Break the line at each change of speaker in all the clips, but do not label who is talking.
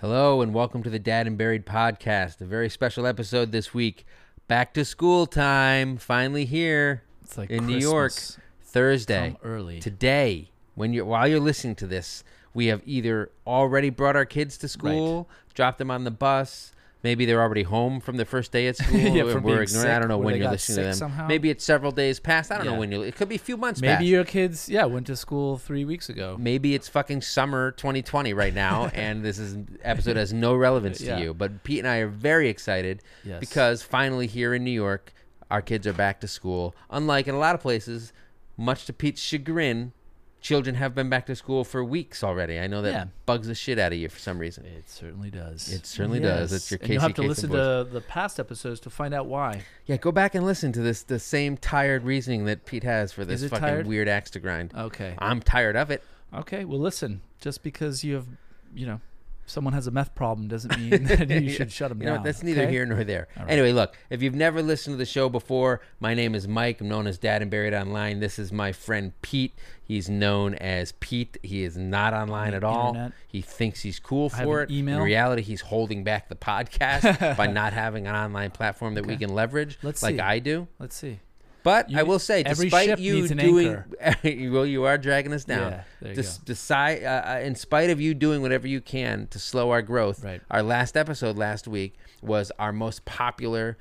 Hello and welcome to the Dad and Buried podcast. A very special episode this week. Back to school time. Finally here.
It's like
in New York,
Christmas.
Thursday.
Come early.
Today, when you are while you're listening to this, we have either already brought our kids to school, dropped them on the bus. Maybe they're already home from the first day at school.
Yeah,
and
from
we're ignoring.
being
I
sick,
don't know
where
when
they
you're
got
listening to
sick
them.
somehow.
Maybe it's several days past. I don't know
Yeah.
when you. It could be a few months.
Maybe
past.
your kids, yeah, went to school three weeks ago.
maybe it's fucking summer 2020 right now and this is episode has no relevance
Yeah.
to you but pete and i are very excited
Yes.
because finally here in new york our kids are back to school unlike in a lot of places much to pete's chagrin children have been back to school for weeks already i know that
Yeah.
bugs the shit out of you for some reason
It certainly does.
It certainly does. It's your
And you'll
Casey
have to
Kasem
listen to the past episodes to find out why.
yeah go back and listen to this the same tired reasoning that pete has for this
it
fucking
tired? Oh.
weird axe to grind
Okay.
i'm tired of it
Okay. Well, listen. Just because you have, you know, someone has a meth problem doesn't mean that you
Yeah.
should shut them
You know
down.
what, that's neither
okay?
here nor there.
All right.
Anyway, look, if you've never listened to the show before, my name is Mike. I'm known as Dad and Buried Online. This is my friend Pete. He's known as Pete. He is not online
the
at all.
internet.
He thinks he's cool
I have
for
an
it.
email.
In reality, he's holding back the podcast by not having an online platform that we
Okay.
can leverage
Let's
like
see.
I do.
Let's see.
But
You-
I will say,
every
despite
ship
you
needs an
doing, well, you are dragging us down.
Yeah, there you
Des-
go.
decide, uh, uh, in spite of you doing whatever you can to slow our growth,
Right.
our last episode last week was our most popular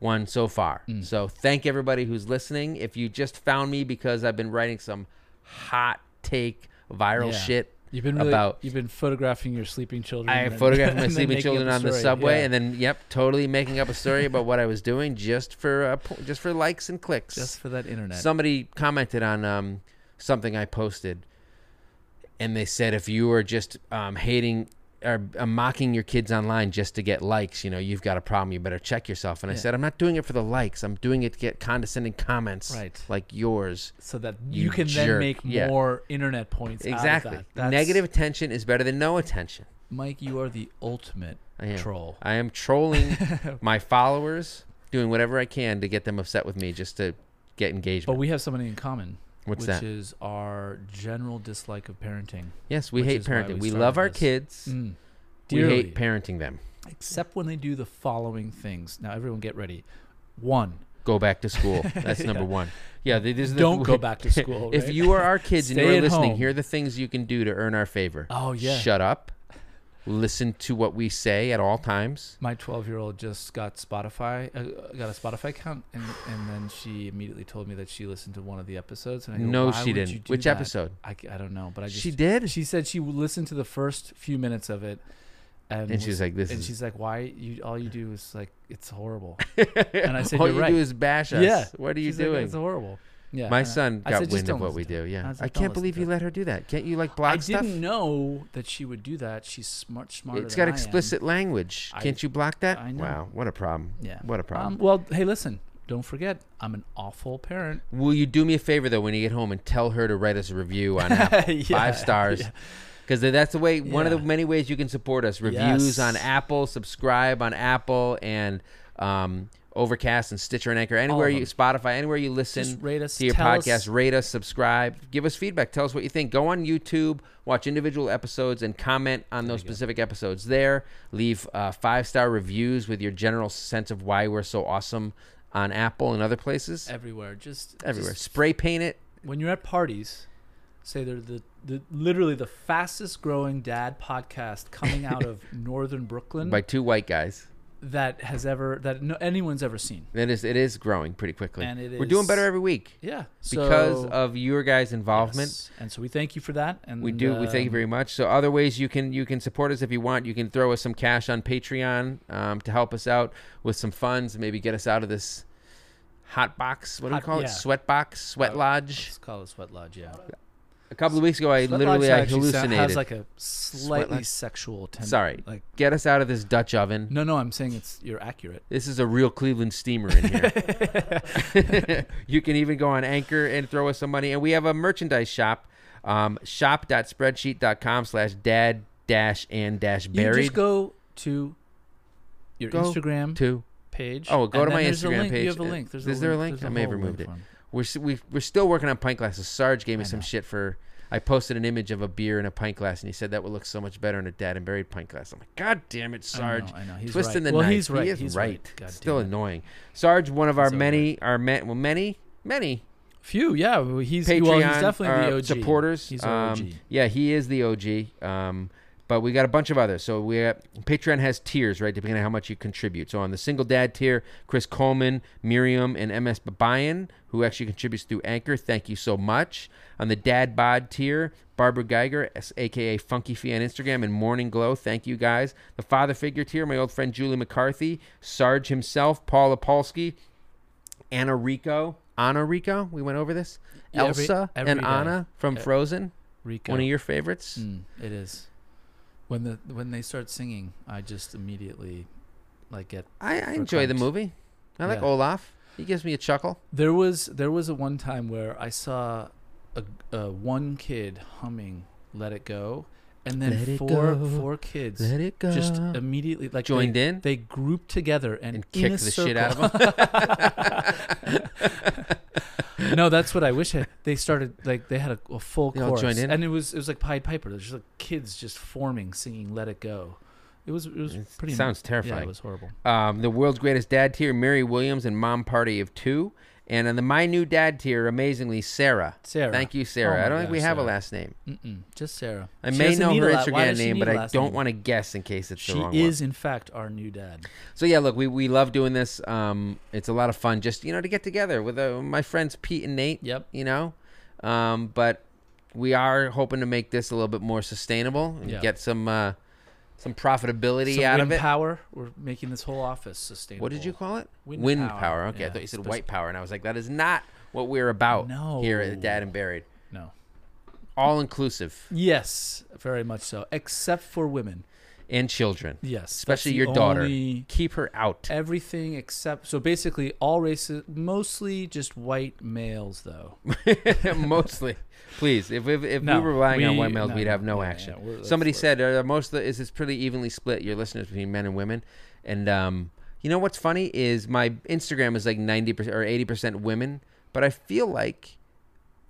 one so far.
Mm.
So thank everybody who's listening. If you just found me because I've been writing some hot take viral
Yeah.
shit.
You've been really,
about-
you've been photographing your sleeping children.
I
and-
photographed my
and then
sleeping
making up
children
a
on the
story.
subway,
Yeah.
and then yep, totally making up a story about what I was doing just for uh, po- just for likes and clicks.
just for that internet.
Somebody commented on um, something I posted, and they said if you are just um, hating or uh, mocking your kids online just to get likes, you know, you've got a problem. You better check yourself. And I
Yeah.
said, I'm not doing it for the likes. I'm doing it to get condescending comments
Right.
like yours.
so that
You
you, can
jerk.
then make
Yeah.
more internet points. out of
exactly.
that. That's-
Negative attention is better than no attention.
Mike, you are the ultimate
I am.
troll.
I am trolling my followers, doing whatever I can to get them upset with me just to get engagement.
But we have something in common.
What's
which
that?
is our general dislike of parenting.
yes, we
which
hate
is why
parenting.
we
We
started
love our
this.
kids.
Mm.
We
Dearly.
hate parenting them.
Except when they do the following things. Now, everyone get ready. One,
Go back to school. That's number one. Yeah, th- these are the-
don't go back to school.
If
right?
you are our kids and
Stay
you're
at
listening,
home.
here are the things you can do to earn our favor.
Oh, yeah.
Shut up. Listen to what we say at all times.
My 12 year old just got Spotify, uh, got a Spotify account, and, and then she immediately told me that she listened to one of the episodes. And I go,
No,
"Why
she
would
didn't.
you do
Which
that?"
episode?
I, c- I don't know, but I just.
she did.
She said she listened to the first few minutes of it. And,
and
was-
she's like, "This
and
is."
she's like, "Why you? All you do is like, it's horrible." and I said,
all
"You're
you
right."
do is bash us.
Yeah.
What are you
She's like,
doing?
it's horrible. Yeah,
My
and I-
son
I
got
said, "Just
wind of
don't
what we
listen to
do.
it."
Yeah.
I
I,
was like, "Don't
can't believe
listen
you
to
let her do that. Can't you like block
I
stuff?
didn't know that she would do that. She's smart, smarter.
It's
than
got
I am.
explicit language.
I-
Can't you block that?
I know.
Wow, what a problem.
Yeah.
What a problem.
Um, well, hey, listen. Don't forget, I'm an awful parent.
Will you do me a favor though when you get home and tell her to write us a review on Apple?
Yeah,
Five stars.
yeah.
Because that's the way, one of
Yeah.
the many ways you can support us reviews
Yes.
on Apple, subscribe on Apple and um, Overcast and Stitcher and Anchor, anywhere
of
you,
them.
Spotify, anywhere you listen
Just rate us,
to your
tell
podcast,
us-
rate us, subscribe, give us feedback, tell us what you think. Go on YouTube, watch individual episodes, and comment on those specific episodes there. Leave uh, five star reviews with your general sense of why we're so awesome on Apple and other places
Everywhere, just
everywhere.
just-
Spray paint it.
when you're at parties, say they're the, the literally the fastest growing dad podcast coming out of northern Brooklyn
by two white guys.
that has ever that no, anyone's ever seen.
It is it is growing pretty quickly.
And it
We're doing
is-
better every week
Yeah,
because
so-
of your guys' involvement.
Yes. And so we thank you for that. And
We do. we thank you
um,
very much. So other ways you can you can support us if you want. You can throw us some cash on Patreon um, to help us out with some funds, maybe get us out of this hot box. What do
Hot-
we call
yeah.
it? Sweat box, sweat
Uh,
lodge.
Let's call it Sweat Lodge. Yeah.
A couple of weeks ago, I
Sweat
literally
Lodge
I
actually sound-
hallucinated.
Has like a slightly
Lodge?
sexual tendency.
Sorry.
Like
get us out of this Dutch oven.
no, no, I'm saying it's you're accurate.
This is a real Cleveland steamer in here. you can even go on Anchor and throw us some money. And we have a merchandise shop, um, shop.spreadsheet.com slash dad dash and dash
You
buried.
just go to your
Go
Instagram
to.
page.
Oh, go
and
to
then
my
there's a
Instagram
link.
page.
You have a link. There's
Is
a
there a
link?
link?
There's
I may have
whole link
removed it.
for 'em.
We're, s- we, we're still working on pint glasses. Sarge gave me
I
some
know.
shit for. I posted an image of a beer in a pint glass, and he said that would look so much better in a dead and buried pint glass. I'm like, God damn it, Sarge!
I know, I know. He's
Twisting
right.
the
well,
knife.
he's right.
He is
he's
right.
God
Still
damn it.
annoying. Sarge, one of our
He's
many, our ma- well, many, many
few. Yeah, well, he's
Patreon
well, he's definitely
uh,
the OG
supporters.
He's our OG.
Um, yeah, he is the OG. Um, but we got a bunch of others. So we have, Patreon has tiers, right, depending on how much you contribute. So on the single dad tier, Chris Coleman, Miriam, and MS Babayan, who actually contributes through Anchor, thank you so much. On the dad bod tier, Barbara Geiger, s- aka Funky Fee on Instagram, and Morning Glow, thank you guys. The father figure tier, my old friend Julie McCarthy, Sarge himself, Paul Apolsky, Anna Rico. Anna Rico, we went over this.
Yeah, every-
Elsa
every
and
day.
Anna from
E-
Frozen,
Rico.
one of your favorites.
Mm, it is. When the when they start singing, I just immediately like get
I, I enjoy the
Crumbs.
movie. I like
Yeah.
Olaf. He gives me a chuckle.
There was there was a one time where I saw a, a one kid humming "Let It Go," and then
Let it
four
go.
four kids
it go.
just immediately like
Joined
they,
in?
They grouped together
And
and, in a
kicked the shit out
circle- no, that's what I wish. I, they started like they had a, a full
They all
chorus,
joined in?
and it was it was like Pied Piper. There's just like kids just forming, singing "Let It Go." It was it was
It
pretty
sounds
Yeah,
terrifying.
it was horrible.
um, the world's greatest dad tier, Mary Williams and Mom Party of Two. And on the My New Dad tier, amazingly, Sarah.
Sarah,
Thank you,
Oh
Sarah.
my
I don't think
God,
we have a
Sarah.
last name.
Mm-mm, just Sarah.
I
She
may
doesn't
know
need
her
a la- why
Instagram
does she
name,
need
but
a
I
last
don't
name?
want to guess in case it's the
She
wrong one.
is, in fact, our new dad.
So yeah, look, we, we love doing this. Um, it's a lot of fun, just you know, to get together with uh, my friends Pete and Nate.
Yep.
You know, um, but we are hoping to make this a little bit more sustainable and
Yeah.
get some uh, some profitability
Some
out of
wind
it.
power. We're making this whole office sustainable.
what did you call it?
Wind power.
Okay, I
Yeah,
thought you said
spec-
white power, and I was like, that is not what we're about here
No.
at Dad and Buried.
No.
All inclusive
Yes, very much so. Except for women.
and children,
Yes, that's
especially
the
your daughter.
only-
Keep her out.
Everything except so basically all races, mostly just white males though.
Mostly, please. If if, if
No,
we were relying on
we-
white males,
no,
we'd
no,
have no
yeah,
action.
yeah, we're- that's
Somebody
where-
said uh, most of the is it's pretty evenly split your listeners between men and women, and um, you know what's funny is my Instagram is like ninety percent or eighty percent women, but I feel like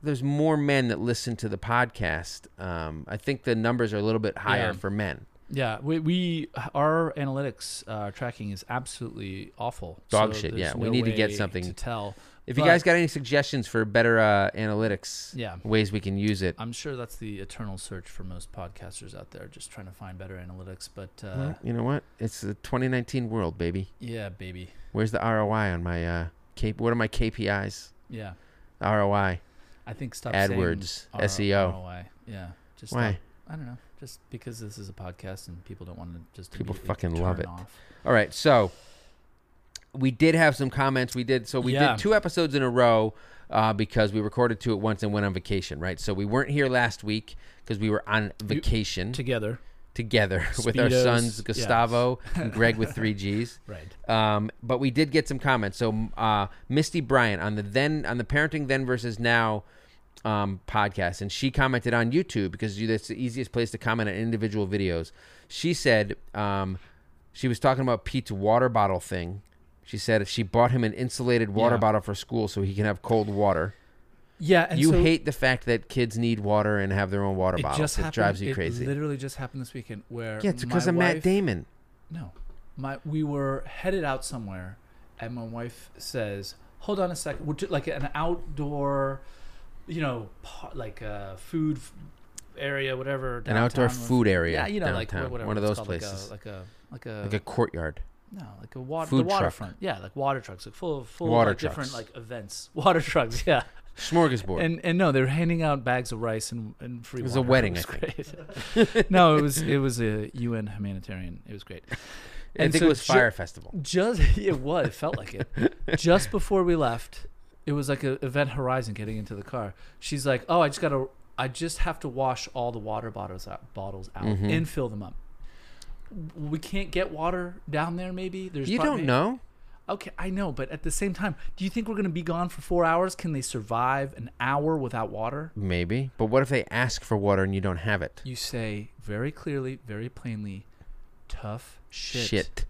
there's more men that listen to the podcast. Um, I think the numbers are a little bit higher
Yeah.
for men.
Yeah, we, we our analytics uh, tracking is absolutely awful.
Dog shit,
there's
yeah, we need to get
way
something-
to tell.
If you
But-
guys got any suggestions for better uh, analytics,
Yeah. Uh,
ways we can use it,
I'm sure that's the eternal search for most podcasters out there, just trying to find better analytics. But uh,
well, you know what? It's the 2019 world, baby.
yeah, baby,
Where's the ROI on my uh K- what are my KPIs?
yeah,
ROI.
I think stop
AdWords,
saying R-
SEO.
ROI. Yeah, just
E Why?
stop. I don't know, just because this is a podcast and people don't want to just
People
immediately
fucking love
turn
it.
off.
All right, so we did have some comments. We did so we
Yeah.
did two episodes in a row uh, because we recorded two at once and went on vacation, right? So we weren't here last week because we were on vacation
together.
together with our
Speedos,
sons
yeah.
Gustavo and Greg with three Gs.
Right.
Um, but we did get some comments. So uh, Misty Bryant on the then on the parenting then versus now um, podcast, and she commented on YouTube because you, that's the easiest place to comment on individual videos. She said um, she was talking about Pete's water bottle thing. She said she bought him an insulated water
Yeah.
bottle for school so he can have cold water.
Yeah, and
you
so
hate the fact that kids need water and have their own water
it
bottles.
just
it
happened,
drives you
it
crazy.
Literally just happened this weekend where
yeah, it's
my
because of Matt
wife-
Damon.
No, my we were headed out somewhere, and my wife says, "Hold on a second. We're ju- like an outdoor, you know, par- like a food f- area, whatever.
An outdoor
downtown,
food area.
Yeah, you know, like
downtown,
wh- whatever.
one of
it's
those
called,
places,
Like a like a,
like a courtyard.
no, like a water
food
the
truck.
waterfront. Yeah, like water trucks, like full of full
Water
of like different
trucks.
like events. Water trucks. Yeah.
Smorgasbord.
And and no, they were handing out bags of rice and, and free.
It was a
water.
wedding,
was
I
great. no, it was it was a UN humanitarian. It was great.
I
And
think
so
it was
ju-
Fire Festival.
Just it was. It felt like it. Just before we left, it was like an event horizon getting into the car. She's like, "Oh, I just gotta. I just have to wash all the water bottles out, bottles out,
Mhm.
and fill them up. W- We can't get water down there. Maybe there's
You
prob-
don't
may-
know.
Okay, I know, but at the same time, do you think we're gonna be gone for four hours? Can they survive an hour without water?
Maybe. But what if they ask for water and you don't have it?
You say very clearly, very plainly, tough shit,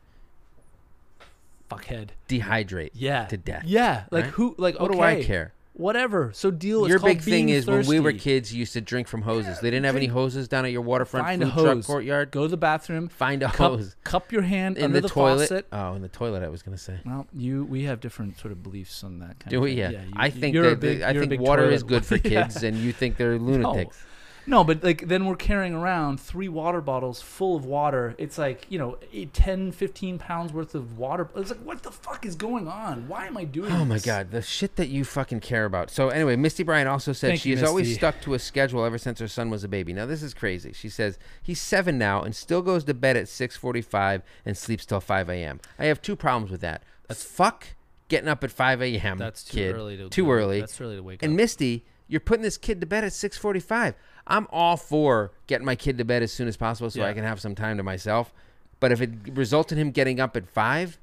fuckhead.
Dehydrate.
Yeah.
To death,
Yeah. Like
right?
who? Like
What
okay.
do I care?
whatever. So deal. It's
Your
called
big thing
being
is when we were
thirsty.
kids, you used to drink from hoses. they didn't have any hoses down at your waterfront
Find a
food
hose.
truck courtyard.
Go to the bathroom.
Find a
cup,
hose
cup your hand
in
under
the,
the,
toilet.
faucet.
Oh, in the toilet. I was gonna say.
Well, you we have different sort of beliefs on that. Kind
Do
of
we?
thing.
Yeah.
you-
I
you-
think
you're a
that
big-
I
you're a
think
big
water
toilet
is good for
boy. Yeah.
kids, and you think they're lunatics.
No, but like then we're carrying around three water bottles full of water. It's like, you know, eight, 10, 15 pounds worth of water. It's like, what the fuck is going on? Why am I doing
Oh my
this?
God, the shit that you fucking care about. So anyway, Misty Bryant also said
Thank
she
you,
has always
Misty.
stuck to a schedule ever since her son was a baby. Now this is crazy. She says he's seven now and still goes to bed at six forty-five and sleeps till five a.m. I have two problems with that. fuck getting up at five a.m.
That's too
kid.
early to
too
go-
early.
that's too early to wake
And
up.
Misty, you're putting this kid to bed at six forty-five. I'm all for getting my kid to bed as soon as possible so I
Yeah.
can have some time to myself. But if it results in him getting up at five,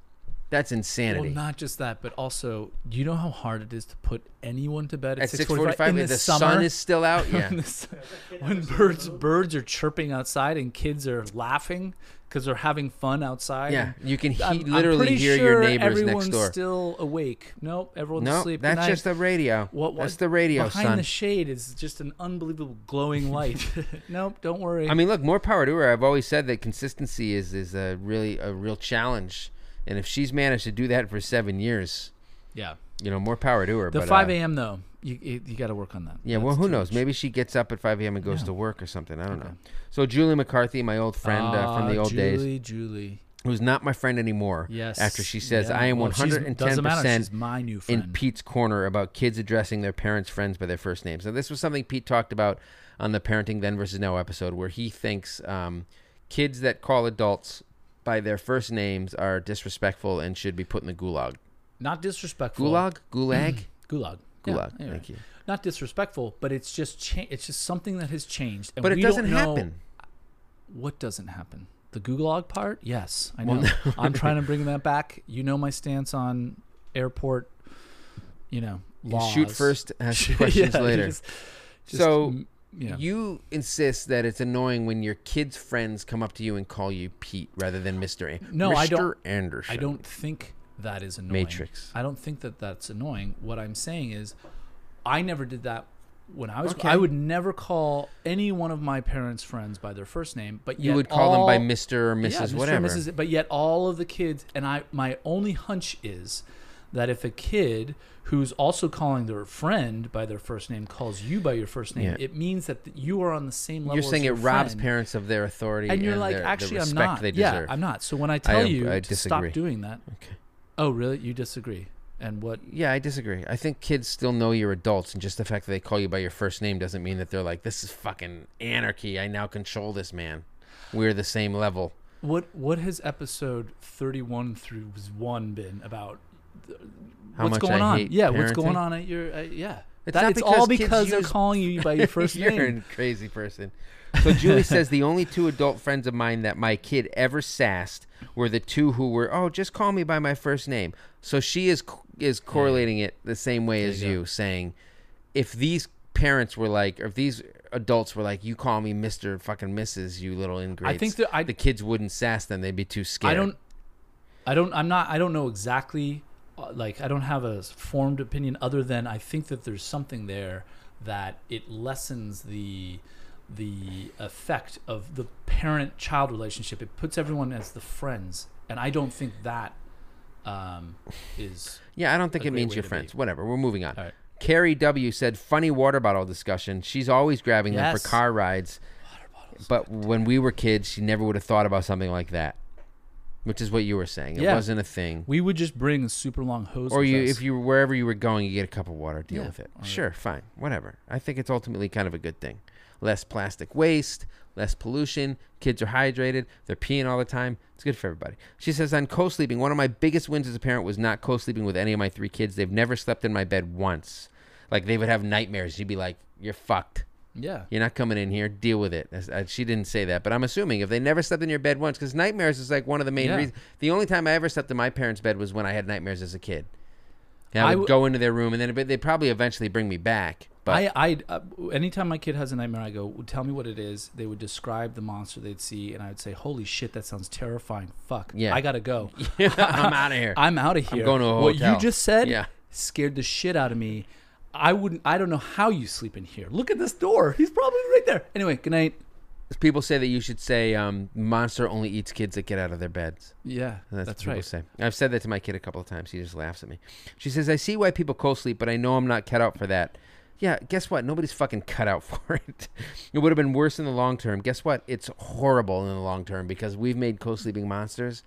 that's
Well,
insanity.
not just that, but also, do you know how hard it is to put anyone to bed at,
at
6:45
6:45,
in
the,
the, summer?
sun is still out. Yeah,
When the sun- when birds birds are chirping outside and kids are laughing because they're having fun outside.
yeah.
and
You can he-
I'm- I'm
literally
pretty
hear your
sure
neighbors
everyone's
next door.
Still awake? Nope, everyone's
no,
asleep.
that's
Good night.
just the radio.
What, what
that's the radio,
behind
son.
the shade is just an unbelievable glowing light. nope, don't worry.
I mean, look, more power to her. I've always said that consistency is is a really a real challenge, and if she's managed to do that for seven years,
yeah.
you know, more power to her.
The
but, uh,
five a.m. though, you you, you got to work on that.
Yeah,
That's
well, who
too
knows?
much.
Maybe she gets up at 5 a.m. and goes to work or something. I don't know. So Julie McCarthy, my old friend uh, from
Ah,
the old
Julie,
days,
Julie, Julie.
who's not my friend anymore.
Yes.
After she says,
yeah.
"I am
Well,
110
she's- doesn't matter,
percent
She's my new friend.
in Pete's corner about kids addressing their parents' friends by their first names. Now, this was something Pete talked about on the Parenting Then versus Now episode, where he thinks um, kids that call adults by their first names are disrespectful and should be put in the gulag.
Not disrespectful.
Gulag? Gulag?
Gulag. Yeah,
Gulag.
anyway.
Thank you.
Not disrespectful, but it's just cha- it's just something that has changed. And
But it
we
doesn't
don't know
happen.
What doesn't happen? The Gulag part? Yes, I know. I'm trying to bring that back. You know my stance on airport. You know, laws.
Shoot first, ask
Yeah,
questions
you
later.
just- just,
So,
mm, yeah.
You insist that it's annoying when your kids' friends come up to you and call you Pete rather than Mr. An-
No,
Mr.
I don't-
Anderson.
I don't think that is annoying.
Matrix.
I don't think that that's annoying. What I'm saying is, I never did that when I was.
Okay.
I would never call any one of my parents' friends by their first name, but
You
yet
would call them by
all-
Mr. or Mrs.
Yeah, Mr. and
whatever.
Mrs. But yet all of the kids, and I, my only hunch is that if a kid who's also calling their friend by their first name calls you by your first name,
Yeah.
it means that th- you are on the same level.
You're
as
saying it
your
robs
friend.
parents of their authority
And you're like,
their- the
actually, I'm
respect
not.
They
yeah,
deserve.
I'm not. So when I tell
am-
you
I
to stop
disagree.
doing that,
Okay.
Oh, really? You disagree? And what?
Yeah, I disagree. I think kids still know you're adults, and just the fact that they call you by your first name doesn't mean that they're like, "This is fucking anarchy. I now control this man. We're the same level."
What? What has episode thirty-one through one been about?
How
what's
much
going
I
on?
hate
yeah, what's
parenting?
going on at your? Uh, yeah,
It's
That-
not
it's
because
all
kids
because they're
use-
calling you by your 1st
You're
name.
a crazy person. So Julie says the only two adult friends of mine that my kid ever sassed were the two who were, oh, just call me by my first name. So she is is correlating it the same way as you, saying, if these parents were like, or if these adults were like, you call me Mister fucking Mrs. You little ingrates.
think that I-
the kids wouldn't sass them; they'd be too scared.
I don't. I don't. I'm not. I don't know exactly. uh, Like I don't have a s- formed opinion other than I think that there's something there that it lessens the the effect of the parent child relationship. It puts everyone as the friends, and I don't think that um, is.
Yeah, I don't think
a
it
great
means
way
you're
to
friends.
be.
Whatever. We're moving on.
All right.
Carrie W said, "Funny water bottle discussion. She's always grabbing them for
Yes.
car rides, but when we were kids, she never would have thought about something like that, which is what you were saying. It
Yeah.
wasn't a thing.
We would just bring a super long hose.
or
with
you,
us.
if you were wherever you were going, you get a cup of water. Deal
Yeah,
with it.
all right.
Sure, fine, whatever. I think it's ultimately kind of a good thing. Less plastic waste." Less pollution. Kids are hydrated. They're peeing all the time. It's good for everybody. She says, on co sleeping, one of my biggest wins as a parent was not co sleeping with any of my three kids. They've never slept in my bed once. Like, they would have nightmares. You'd be like, you're fucked.
yeah.
You're not coming in here. Deal with it. As- uh, She didn't say that, but I'm assuming if they never slept in your bed once, because nightmares is like one of the main
Yeah.
reasons. The only time I ever slept in my parents' bed was when I had nightmares as a kid. And I
I
would
w-
go into their room, and then but they probably eventually bring me back. But
I, I, uh, anytime my kid has a nightmare, I go, "Tell me what it is." They would describe the monster they'd see, and I would say, "Holy shit, that sounds terrifying! Fuck,
Yeah.
I gotta go.
I'm out of here.
I'm out of here.
going to a
what
hotel.
you just said
Yeah.
scared the shit out of me. I wouldn't. I don't know how you sleep in here. Look at this door. He's probably right there. Anyway, good night.
People say that you should say um, "Monster only eats kids that get out of their beds."
Yeah,
And
that's,
that's, what people
right.
Say. I've said that to my kid a couple of times. He just laughs at me. She says, "I see why people cold sleep, but I know I'm not cut out for that." Yeah, guess what? Nobody's fucking cut out for it. It would have been worse in the long term. Guess what? It's horrible in the long term because we've made co-sleeping monsters,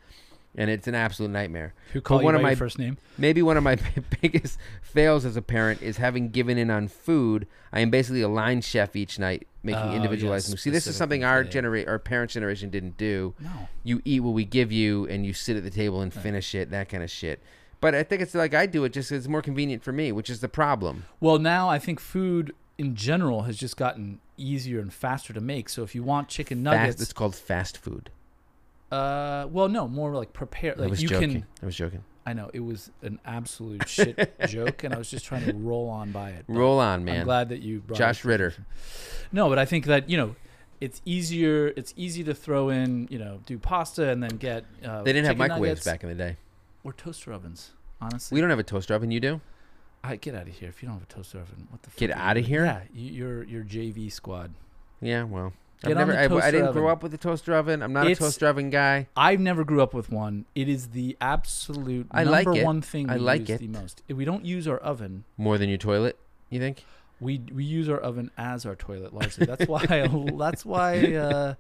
and it's an absolute nightmare.
Who
But
called
one
you
of
by
my
your first name?
Maybe one of my biggest fails as a parent is having given in on food. I am basically a line chef each night, making
Oh,
individualized
yes,
moves. See, this is
specific
something our
thing.
genera- our parents' generation didn't do.
No.
You eat what we give you, and you sit at the table and finish it, that kind of shit. But I think it's like I do it; just it's more convenient for me, which is the problem.
Well, now I think food in general has just gotten easier and faster to make. So if you want chicken
Fast,
nuggets,
it's called fast food.
uh, well, no, more like prepare.
I
Like
was
you
joking.
can.
I was joking.
I know it was an absolute shit joke, and I was just trying to roll on by it. but
Roll on,
I'm
man.
glad that you brought
Josh
it.
Ritter.
No, but I think that you know. It's easier. It's easy to throw in, you know, do pasta and then get. Uh,
They didn't have
chicken
microwaves
nuggets
back in the day.
or toaster ovens. Honestly,
We don't have a toaster oven. You do?
I get out of here if you don't have a toaster oven. What the fuck
Get
are you
outta
doing?
here?
Yeah, you, you're you're JV squad.
Yeah. Well,
Get
I've
on
never.
the
I- I,
toaster
didn't grow
oven.
up with a toaster oven. I'm not
It's-
a toaster oven guy.
I've never grew up with one. It is the absolute
I like
number
it.
one thing we
I like
use
it.
the most. We don't use our oven.
More than your toilet, you think?
We we use our oven as our toilet largely. That's why that's why uh,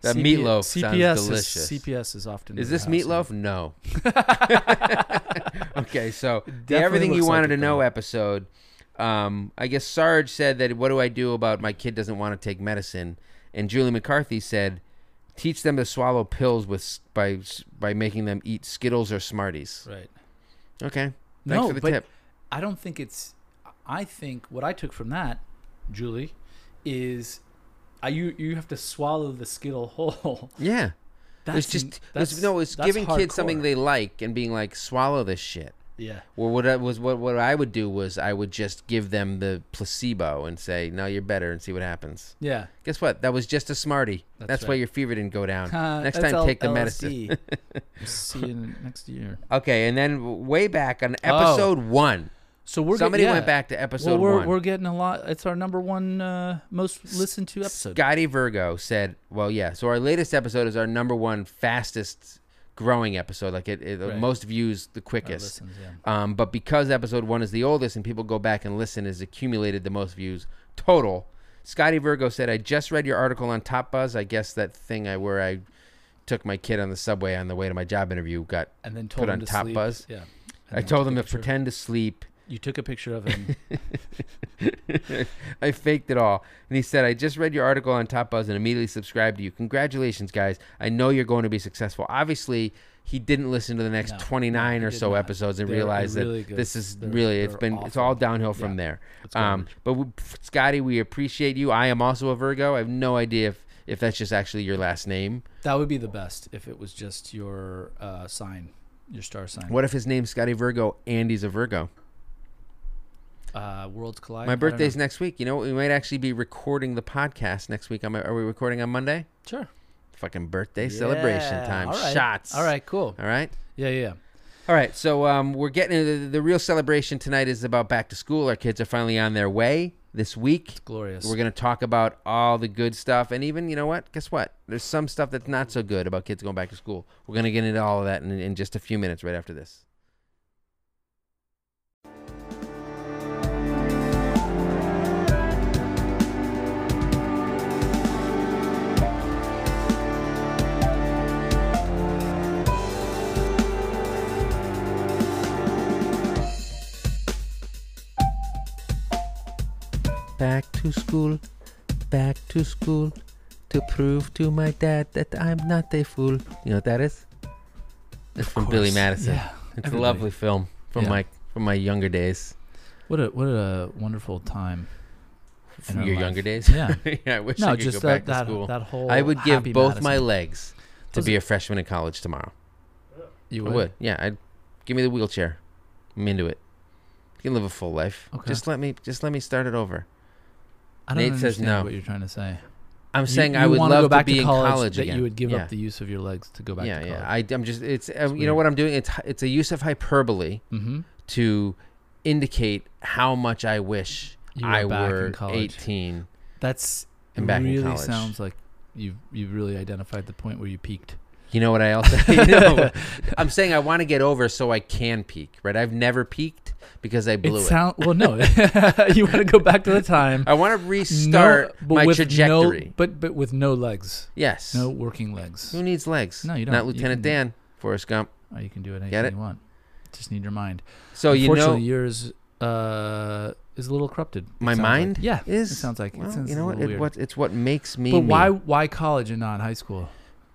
That
CP
meatloaf sounds
CPS
delicious.
Is, CPS is often
Is
in the
this
house.
meatloaf? No. okay, so the
definitely
everything you
looks like
wanted
it,
to know
though.
episode. Um, I guess Sarge said that what do I do about my kid doesn't want to take medicine, and Julie McCarthy said, teach them to swallow pills with s- by s- by making them eat Skittles or Smarties.
Right.
Okay, thanks
No,
for the
but
tip.
I don't think it's. I think what I took from that, Julie, is. I, you you have to swallow the skittle whole.
Yeah,
That's
it's just
that's,
it's, no, it's
that's
giving kids something
hardcore.
they like and being like, swallow this shit.
yeah
Well, what I was what what I would do was I would just give them the placebo and say, "No, you're better," and see what happens.
yeah.
Guess what? That was just a smartie. That's,
That's
why
right.
your fever didn't go down.
Uh,
Next
that's
time,
L-
take the
LSD.
medicine.
See you in- next year.
Okay, and then w- way back on episode one,
So Oh. we're
somebody
get, yeah.
went back to episode
well, we're
one.
we're getting a lot. It's our number one uh, most listened to episode.
Scotty Virgo said, "Well, yeah. So our latest episode is our number one fastest growing episode. Like it, it the
Right. Oh,
most views, the
Our
quickest.
listens, yeah.
Um, but because episode one is the oldest and people go back and listen, has accumulated the most views total. Scotty Virgo said, "I just read your article on Top Buzz. I guess that thing I where I took my kid on the subway on the way to my job interview got.
And then told
put
him
on
to
Top
sleep.
Buzz.
Yeah. And
I
then
told
took
him
a
to
picture-
pretend to sleep.
You took a picture of him.
I faked it all, and he said, "I just read your article on Top Buzz and immediately subscribed to you. Congratulations, guys! I know you're going to be successful. Obviously." He didn't listen to the next
No, no,
29
he
or
did
so
not.
episodes and
They're
realized
really
that
good.
this is
They're-
really it's
they're
been it's
awful.
all downhill from
Yeah.
there.
It's
Um,
garbage.
but we, Scotty, we appreciate you. I am also a Virgo. I have no idea if, if that's just actually your last name.
that would be the best if it was just your uh, sign, your star sign.
What if his name's Scotty Virgo and he's a Virgo?
Uh, worlds collide.
My
I don't know.
birthday's next week. You know, what? we might actually be recording the podcast next week. On my, are we recording on Monday?
Sure.
Fucking birthday celebration
Yeah.
time.
All right.
Shots.
All right. Cool.
All right.
Yeah. Yeah. yeah.
All right, so um, we're getting the, the real celebration tonight is about back to school. Our kids are finally on their way this week.
Glorious.
We're going to talk about all the good stuff. And even, you know what? Guess what? There's some stuff that's not so good about kids going back to school. We're going to get into all of that in, in just a few minutes right after this. Back to school, back to school, to prove to my dad that I'm not a fool. You know what that is? It's from Billy
course.
Madison.
Yeah,
it's a
everybody.
lovely film from
Yeah.
my from my younger days.
What a what a wonderful time. in
From
our
your
life.
younger days?
Yeah.
yeah, I wish I
no,
could
just uh,
go
that
back to
that,
school.
that whole.
I would give
happy
both my
Madison.
legs to
Those-
be a freshman in college tomorrow.
You
I
would.
would. Yeah, I'd give me the wheelchair. I'm into it. You can live a full life.
Okay.
Just let me just let me start it over.
I don't
Nate says
understand
no.
what you're trying to say.
I'm
You-
saying
you
I would
wanna
love
go back
to be in college,
that
again.
you would give
yeah.
up the use of your legs to go back
yeah,
to
yeah.
college.
I, I'm just it's, uh you know
weird.
what I'm doing. It's it's a use of hyperbole
mm-hmm.
to indicate how much I wish
You were
I
back in
were
college.
18.
That's
And back in
really
college.
sounds like you you really identified the point where you peaked.
You know what I also you know, I'm saying I want to get over so I can peak, right? I've never peaked because I blew it.
sound well no you want to go back to the time
I want to restart
no, but
my
with
trajectory. Mm.
no, but but with no legs
yes.
no working legs
Who needs legs?
No, you
Not
don't. You
Lieutenant
can-
Dan, Forrest Gump.
oh, you can do it
Get
anything
it?
you want just need your mind
So you
unfortunately
know
yours uh is a little corrupted it
my
sounds like.
mind
yeah
is
it sounds like
well,
it sounds
you know
a
what,
little
it,
weird.
what it's what makes me
but why
me.
why college and not high school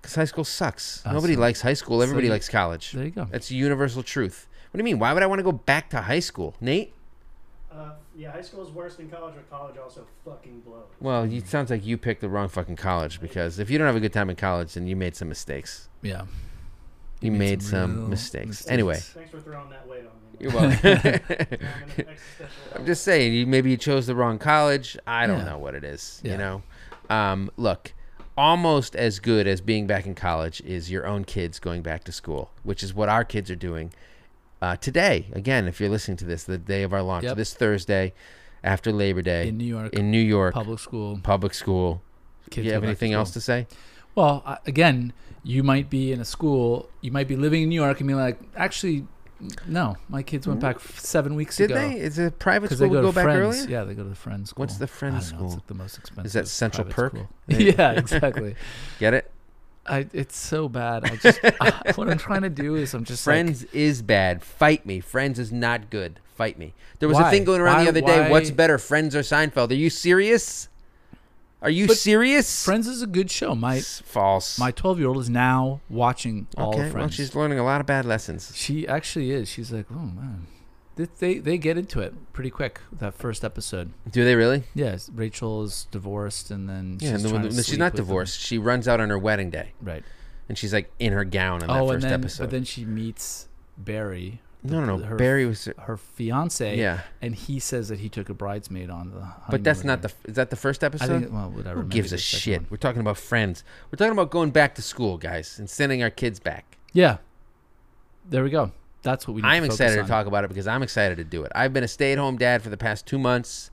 'Cause high school sucks.
Ah,
Nobody
so-
likes high school.
so
Everybody
you-
likes college.
there you go
That's a universal truth. What do you mean? Why would I want to go back to high school, Nate?
Uh, yeah, high school is worse than college, but college also fucking blows.
Well, it sounds like you picked the wrong fucking college because if you don't have a good time in college, then you made some mistakes.
yeah
You made, some,
real
mistakes. Anyway,
Thanks for throwing that weight on me.
you're welcome.
Now I'm in an existential
I'm just saying, you maybe you chose the wrong college. I don't
Yeah.
know what it is. You
Yeah.
know, um, look, almost as good as being back in college is your own kids going back to school, which is what our kids are doing uh, today. Again, if you're listening to this, the day of our launch,
Yep.
this Thursday after Labor Day
in New York
in New York
public school
public school. Do
kids
you
go
have
back to
anything
school.
else to say?
Well, I- again, you might be in a school, you might be living in New York and be like, actually, no, my kids went back f- seven weeks
Did
ago.
they? Is it a private
Because
school?
they go,
we go
to
back
friends.
earlier.
Yeah, they go to the friends school.
What's the
I don't
friends
know, it's
school?
like the most expensive.
Central
private
Perk?
school.
There you
yeah, exactly.
Get it?
I, it's so bad. I just I- what I'm trying to do is I'm just like,
Friends is bad. Fight me. Friends is not good. Fight me. There was a
Why?
thing going around the
Why-
other day. What's
why-
better, Friends or Seinfeld? Are you serious? Are you
But
serious?
Friends is a good show. My
S- false.
my 12 year old is now watching all
okay.
of Friends.
Well, she's learning a lot of bad lessons.
She actually is. She's like, oh man, They- they they get into it pretty quick. That first episode.
Do they really?
Yes, Rachel is divorced, and then
Yeah.
she's,
no,
trying
no,
to
she's
sleep
not
with him.
divorced. She runs out on her wedding day,
right?
and she's like in her gown on
oh,
that
and
first
then
episode.
but then she meets Barry,
no, no, no.
her-
Barry was.
her fiance,
Yeah,
and he says that he took a bridesmaid on the. Honeymoon
but that's
with
not
her.
the. Is that the first
I
episode?
think. Well, whatever.
Who
maybe
gives a
the second
shit?
one.
We're talking about friends. We're talking about going back to school, guys, and sending our kids back.
Yeah, there we go. That's what we. Need
I'm
to focus
excited
on.
to talk about it because I'm excited to do it. I've been a stay at home dad for the past two months.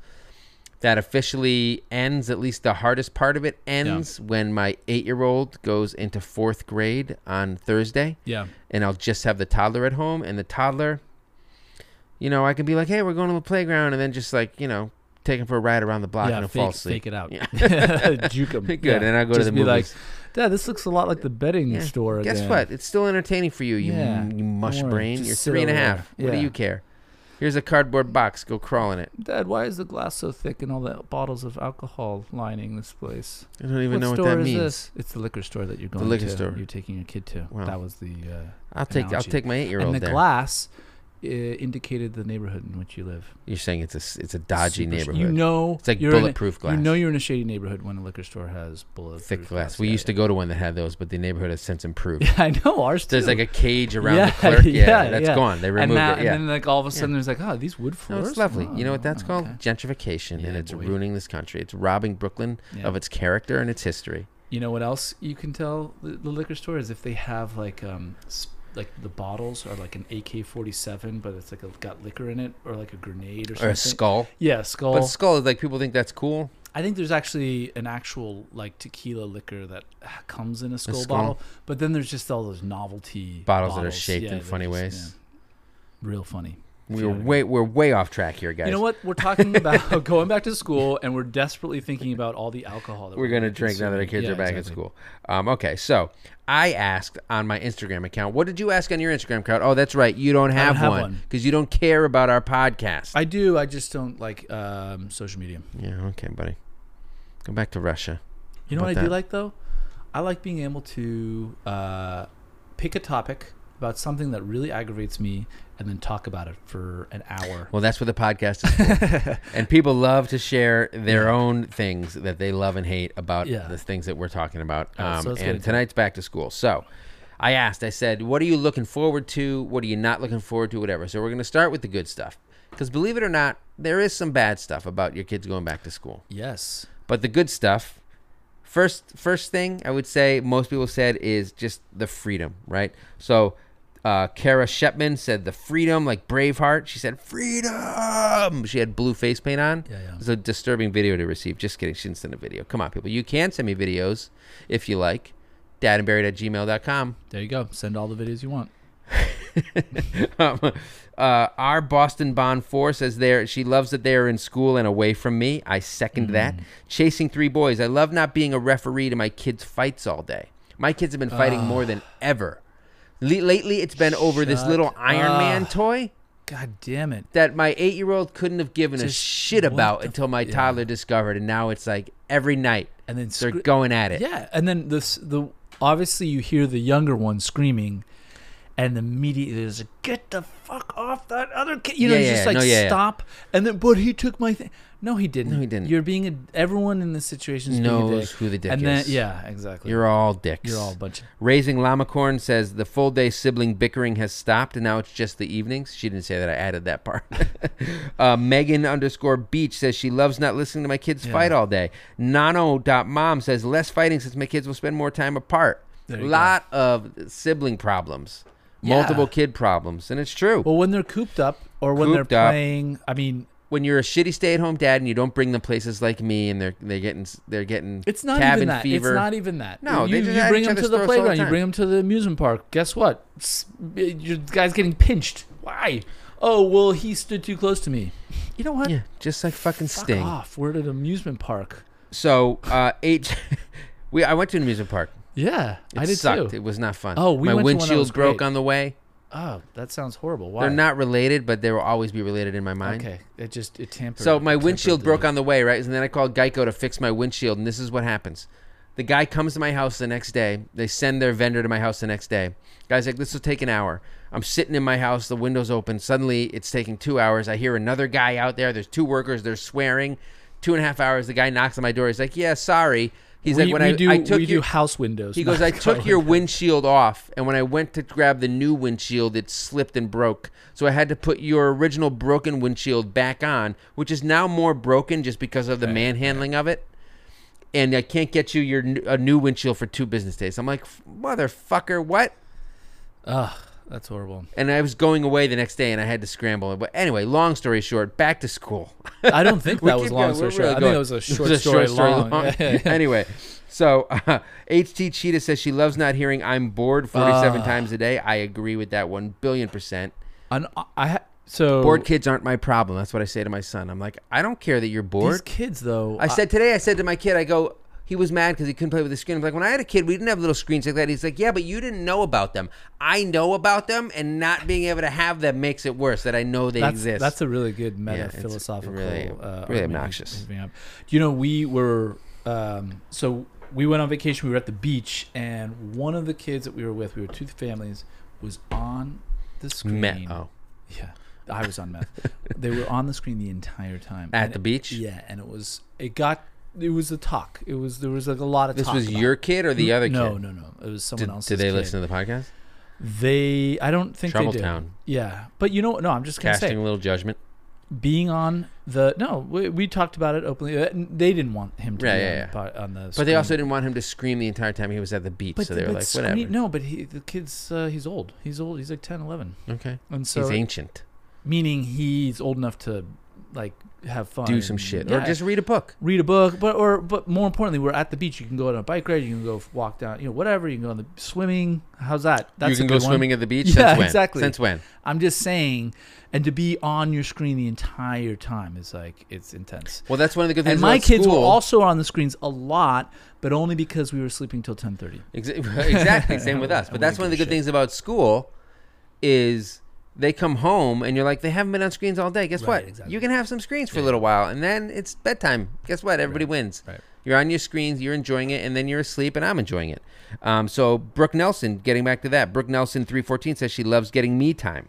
That officially ends, at least the hardest part of it ends when my eight year old goes into fourth grade on Thursday.
Yeah,
And I'll just have the toddler at home. And the toddler, you know, I can be like, hey, we're going to the playground. And then just like, you know, take him for a ride around the block
yeah.
and he'll
fake,
fall asleep.
fake it out.
Yeah.
Juke 'em.
Good.
Yeah.
And I'll go
Just
to the
be
movies.
like, Dad, this looks a lot like the bedding
Yeah.
store.
Guess
again."
what? It's still entertaining for you, you,
Yeah,
m- you mush
don't worry.
brain.
Just
You're
sit
three and a
over there.
half. What do
Yeah.
you care? Here's a cardboard box. Go crawl in it.
Dad, why is the glass so thick and all the bottles of alcohol lining this place?
I don't even know what
store
that
is
means.
This? It's the liquor store that you're going
liquor
to.
store.
You're taking your kid to.
Wow.
That was the. Uh,
I'll take I'll
analogy.
take my eight year
and
old
the
there.
glass uh, indicated the neighborhood in which you live.
You're saying it's a s- it's a dodgy
Super sh-
neighborhood.
You know,
it's like
you're in a-
bulletproof glass.
You know you're in a shady neighborhood when a liquor store has bulletproof
thick glass. We used to go to one that had those, but the neighborhood has since improved.
Yeah, I know ours too.
There's like a cage around
Yeah,
the clerk. Yeah,
yeah,
that's
yeah.
gone. They
and,
removed
now,
it. Yeah.
and then like all of a sudden
Yeah.
there's like, oh, these wood
No,
floors.
it's lovely. you know what
Oh,
that's called?
okay.
Gentrification, and
Yeah,
it's
boy.
ruining this country. It's robbing Brooklyn
Yeah.
of its character and its history.
You know what else you can tell the, the liquor store is if they have like um s- like the bottles are like an AK-47, but it's like a, got liquor in it, or like a grenade or
Or
something.
a skull.
Yeah, skull.
But skull is like people think that's cool.
I think there's actually an actual like tequila liquor that comes in a skull,
skull?
bottle, but then there's just all those novelty
Bottles that are shaped in
they're
funny ways.
yeah. Real funny. If
We
you
were
know what I
way we're way off track here, guys.
You know what? We're talking about going back to school, and we're desperately thinking about all the alcohol that
we're gonna drink now that our
consuming.
kids
Yeah,
are back at
exactly.
school. Um, okay, so I asked on my Instagram account, what did you ask on your Instagram account? Oh, that's right, you don't have,
don't have
one
one.
because you don't care about our podcast.
I do. I just don't like um, social media.
yeah, okay, buddy. Go back to Russia.
You know
About
what I
that.
do like though? I like being able to uh, pick a topic about something that really aggravates me, and then talk about it for an hour.
Well, that's what the podcast is for. and people love to share their own things that they love and hate about
Yeah.
the things that we're talking about.
All right,
Um,
so let's get
and
into it.
tonight's back to school. So I asked, I said, what are you looking forward to? What are you not looking forward to? Whatever. So we're going to start with the good stuff. Because believe it or not, there is some bad stuff about your kids going back to school.
Yes.
But the good stuff, first first thing I would say most people said is just the freedom, right? So Uh, Kara Shepman said the freedom, like Braveheart. She said freedom. She had blue face paint on.
Yeah, yeah.
It was a disturbing video to receive. Just kidding. She didn't send a video. Come on, people. You can send me videos if you like. Dadandburied at gmail.com.
There you go. Send all the videos you want.
um, uh, our Boston Bond Four says there she loves that they are in school and away from me. I second
Hmm.
that. Chasing three boys. I love not being a referee to my kids' fights all day. My kids have been fighting more than ever. Le- lately, it's been over this
Shut
little Iron
up.
Man toy
God damn it.
that my eight-year-old couldn't have given a
Just
shit
what
about
the
until my
f- yeah.
toddler discovered, and now it's like every night
And then
they're
scre-
going at it.
Yeah, and then this the obviously you hear the younger one screaming, and immediately there's a get the fuck off that other kid. You know,
Yeah,
it's
yeah,
just like
no, yeah, yeah.
stop. And then, but he took my thing. No, he didn't.
No, he didn't.
You're being a, everyone in this situation is being a
Knows
dick.
who the dick
and
is.
then yeah, exactly.
You're all dicks.
You're all a bunch. Of,
Raising Lamacorn says the full day sibling bickering has stopped and now it's just the evenings. She didn't say that. I added that part. uh, Megan underscore Beach says she loves not listening to my kids
Yeah.
fight all day. Nano.mom says less fighting since my kids will spend more time apart.
There you go.
lot of sibling problems,
Yeah.
multiple kid problems. And it's true.
well, when they're cooped up or when
Cooped
they're
up.
playing, I mean,
when you're a shitty stay at home dad and you don't bring them places like me and they're, they're getting, they're getting
it's not
cabin
even that.
fever.
It's not even that.
No, they
you,
just
you
at
bring
each
them to
other's
the
throats all the
playground. you
time.
bring them to the amusement park. Guess what? S- Your guy's getting pinched. Why? Oh well, he stood too close to me. You know what?
yeah, just like fucking
Fuck
sting.
off. We're at an amusement park.
So uh, eight. we I went to an amusement park.
Yeah,
It
I did
sucked.
too.
It was not fun.
Oh, we
my
went to one that
windshields
was
broke
great.
on the way.
Oh, that sounds horrible. Why?
They're not related, but they will always be related in my mind.
okay. It just it tampered.
So my
it tampered
windshield
the-
broke on the way, right? And then I called Geico to fix my windshield, and this is what happens. The guy comes to my house the next day. They send their vendor to my house the next day. Guy's like, this will take an hour. I'm sitting in my house, the window's open. Suddenly, it's taking two hours. I hear another guy out there. There's two workers, they're swearing. Two and a half hours. The guy knocks on my door. He's like, yeah, sorry. He's
we,
like, when
we
I,
do,
I took
we
you,
do house windows.
He goes,
not
I took
car
your
windows."
windshield off, and when I went to grab the new windshield, it slipped and broke. So I had to put your original broken windshield back on, which is now more broken just because of the manhandling of it. And I can't get you your n- a new windshield for two business days. I'm like, motherfucker, what?
Ugh, that's horrible.
And I was going away the next day, and I had to scramble. But anyway, long story short, back to school.
I don't think
We
that was
keep
long
going. We're
story short.
really
I think
going.
that was a
This
short
is
story long.
anyway, so uh, HT Cheetah says she loves not hearing "I'm bored" 47
Ah.
times a day. I agree with that one billion percent.
An- I ha- so
Bored kids aren't my problem. That's what I say to my son. I'm like, I don't care that you're
these
bored.
kids though.
I said today, I said to my kid, I go. He was mad because he couldn't play with the screen. I'm like, when I had a kid, we didn't have little screens like that. He's like, yeah, but you didn't know about them. I know about them, and not being able to have them makes it worse that I know they
that's,
exist.
That's a really good meta
Yeah, it's
philosophical.
really-
uh,
really
argument you-
obnoxious.
you bring up. You know, we were um, so we went on vacation. We were at the beach, and one of the kids that we were with, we were two families, was on the screen.
Me- oh,
Yeah, I was on meth. they were on the screen the entire time
at
And
the
it-
beach.
Yeah, and it was it got it was the talk. It was there was like a lot of
This
talk
was
about
your
it.
kid or the other kid?
no, No, no, It was someone
Did,
else's.
did they
kid.
listen to the podcast?
They, I don't think they did.
Troubletown.
Yeah, but you know, no, I'm just gonna
Casting
say
a little judgment.
being on the no we, we talked about it openly Uh, n- they didn't want him to
Yeah,
be
yeah,
on,
yeah.
po- on the
But they
screen.
also didn't want him to scream the entire time he was at the beach.
but,
so they
the-
were
but
like,
screen-
whatever.
no but he, the kid's uh, he's old he's old he's like 10 11
Okay.
and so
He's ancient.
meaning he's old enough to like have fun
Do some
and-
shit. Or
yeah,
just read a book.
read a book but or but more importantly we're at the beach you can go on a bike ride you can go f- walk down you know whatever you can go on the swimming how's that that's
you
a
can go
good one.
swimming at the beach
Yeah,
since when?
exactly.
Since when?
i'm just saying and to be on your screen the entire time is like it's intense
Well, that's one of the good things
and my
about
kids
school.
were also on the screens a lot, but only because we were sleeping till ten thirty.
Exa- exactly. Same with us.
I
But
wouldn't
that's one of the
give
good
a shit.
things about school is they come home and you're like, they haven't been on screens all day. Guess
Right,
what?
exactly.
You can have some screens for a little while and then it's bedtime. Guess what? Everybody wins.
right.
You're on your screens, you're enjoying it, and then you're asleep, and I'm enjoying it. Um, so Brooke Nelson, getting back to that, Brooke Nelson three fourteen says she loves getting me time.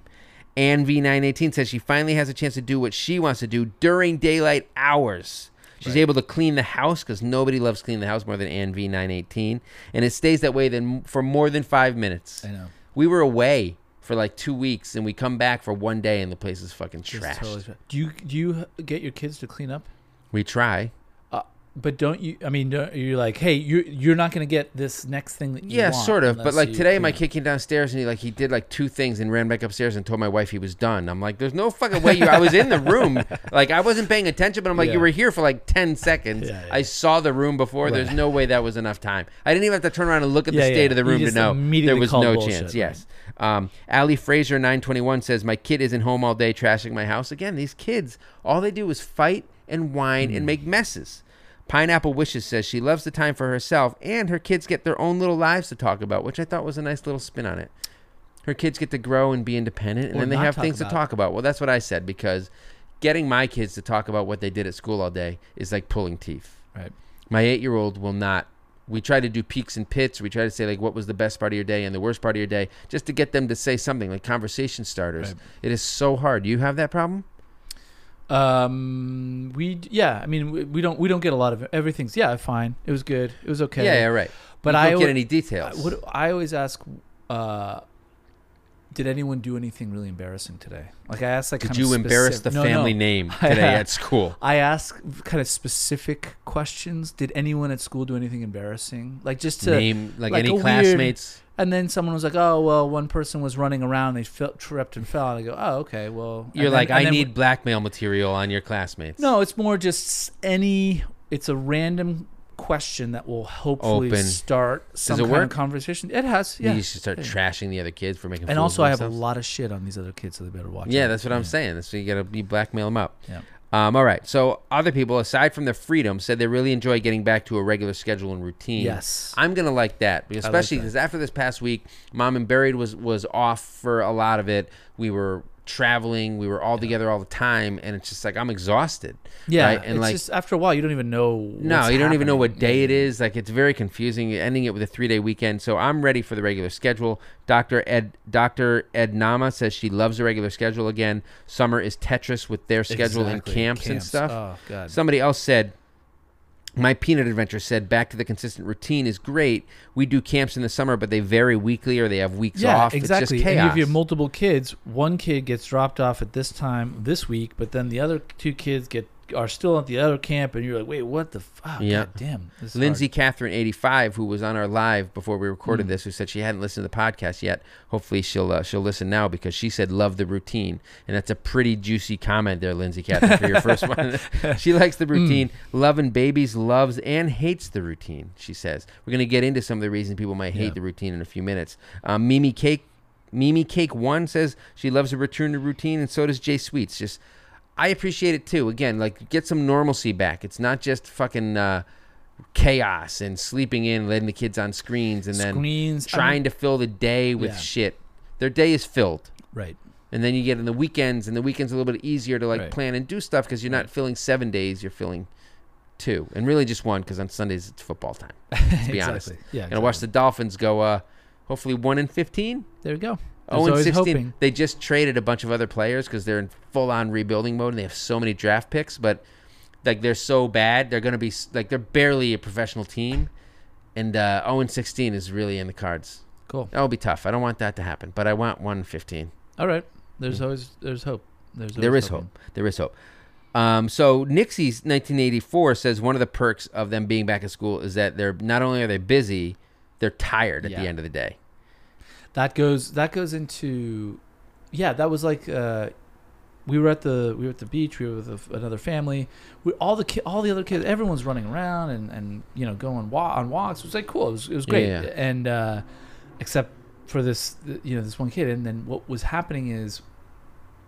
Ann V nine eighteen says she finally has a chance to do what she wants to do during daylight hours. She's able to clean the house because nobody loves cleaning the house more than Ann V nine eighteen, and it stays that way then for more than five minutes.
I know.
We were away for like two weeks, and we come back for one day, and the place is fucking
It's
trash.
totally- do you do you get your kids to clean up?
We try.
Uh, But don't you? I mean, don't, you're like, hey, you you're not gonna get this next thing that you
Yeah,
want
sort of. But
unless
like
you-
today,
you
my
know.
kid came downstairs and he like he did like two things and ran back upstairs and told my wife he was done. I'm like, there's no fucking way you. I was in the room, like I wasn't paying attention, but I'm like,
Yeah.
you were here for like ten seconds.
Yeah, yeah.
I saw the room before. There's
Right.
no way that was enough time. I didn't even have to turn around and look at
Yeah,
the state
yeah.
of the
You
room to
just
know there
immediately
was
called
no
bullshit,
chance.
right.
Yes. Um, Ali Fraser nine twenty one says my kid isn't home all day trashing my house again. These kids, all they do is fight and whine
Hmm.
and make messes. Pineapple Wishes says she loves the time for herself and her kids get their own little lives to talk about, which I thought was a nice little spin on it. Her kids get to grow and be independent and
Or
then they
not
have
talk
things to
about it.
talk about. Well, that's what I said because getting my kids to talk about what they did at school all day is like pulling teeth.
Right.
My eight year old will not. We try to do peaks and pits. We try to say, like, what was the best part of your day and the worst part of your day, just to get them to say something like conversation starters.
Right.
It is so hard. You have that problem?
Um, we d- yeah, I mean, we, we don't we don't get a lot of everything's yeah, fine. It was good. It was okay.
Yeah, yeah, right.
But
you
I
don't
al-
get any details.
I- What I always ask, uh, did anyone do anything really embarrassing today? Like I asked, like
Did
kinda
you embarrass
specif-
the
No, no.
family name
I-
today at school?
I ask kind of specific questions. Did anyone at school do anything embarrassing? Like just to
name like,
like a
any
weird-
classmates?
And then someone was like, "Oh well, one person was running around, they fell, tripped and fell." And I go, "Oh okay, well." and
You're
then-
like,
and
I
then
need blackmail material on your classmates.
No, it's more just s- any. It's a random question that will hopefully
Open.
start some
it
kind
work?
of conversation. It has,
You
yeah.
should start trashing the other kids for making.
And
fools
also,
of
I have a
themselves.
lot of shit on these other kids, so they better watch.
Yeah,
out.
that's what I'm saying. That's what you gotta you blackmail them up.
Yeah.
Um, all right. So other people, aside from their freedom, said they really enjoy getting back to a regular schedule and routine.
Yes.
I'm gonna like that, because-
I like
especially
that.
because after this past week, Mom and Buried was was off for a lot of it. We were traveling. We were all together all the time, and it's just like I'm exhausted.
yeah.
right? and
it's
like
just after a while, you don't even know. What's
no, you don't even know what
happening.
day it is. Like it's very confusing. You're ending it with a three day weekend. So I'm ready for the regular schedule. Doctor Ed Doctor Ed Nama says she loves the regular schedule again. Summer is Tetris with their schedule
Exactly,
and camps, and stuff.
Oh god.
Somebody else said, My Peanut Adventure said, back to the consistent routine is great. We do camps in the summer, but they vary weekly or they have weeks
yeah,
off. It's
exactly.
just
And
chaos.
if you have multiple kids, one kid gets dropped off at this time this week, but then the other two kids get are still at the other camp, and you're like, wait, what the fuck?
Yeah.
God damn. This is
Lindsay Catherine eighty five, who was on our live before we
Mm.
recorded this, who said she hadn't listened to the podcast yet. Hopefully, she'll uh, she'll listen now because she said love the routine, and that's a pretty juicy comment there, Lindsay Catherine, for your first one. she likes
Mm.
the routine, loving babies, loves and hates the routine. She says we're gonna get into some of the reasons people might hate
Yeah.
the routine in a few minutes. Um, Mimi Cake. Mimi Cake One says she loves a return to routine, and so does Jay Sweets. Just, I appreciate it too. Again, like get some normalcy back. It's not just fucking uh, chaos and sleeping in, letting the kids on screens, and
hard.
then
screens I mean,
trying to fill the day with
Yeah.
shit. Their day is filled,
right.
and then you get in the weekends, and the weekends are a little bit easier to like
Right.
plan and do stuff because you're not filling seven days, you're filling two, and really just one because on Sundays it's football time. To be honest,
Exactly. Yeah.
gonna watch the Dolphins go. Uh, hopefully one in fifteen.
There you go. There's
Oh, and
always
16.
hoping.
They just traded a bunch of other players because they're in full on rebuilding mode and they have so many draft picks, but like they're so bad, they're going to be s- like they're barely a professional team. And uh, 0 and 16 is really in the cards.
Cool.
That'll be tough. I don't want that to happen, but I want 1 15.
All right. There's always there's hope. There's always
There is
hoping.
hope. There is hope. Um, so Nixie's 1984 says one of the perks of them being back at school is that they're not only are they busy, they're tired at
Yeah.
the end of the day.
That goes that goes into yeah, that was like uh we were at the we were at the beach. We were with a f another family. We, all the ki- all the other kids, everyone's running around and, and you know going wa- on walks. It was like cool. It was, it was great.
Yeah, yeah.
And uh, except for this, th- you know, this one kid. And then what was happening is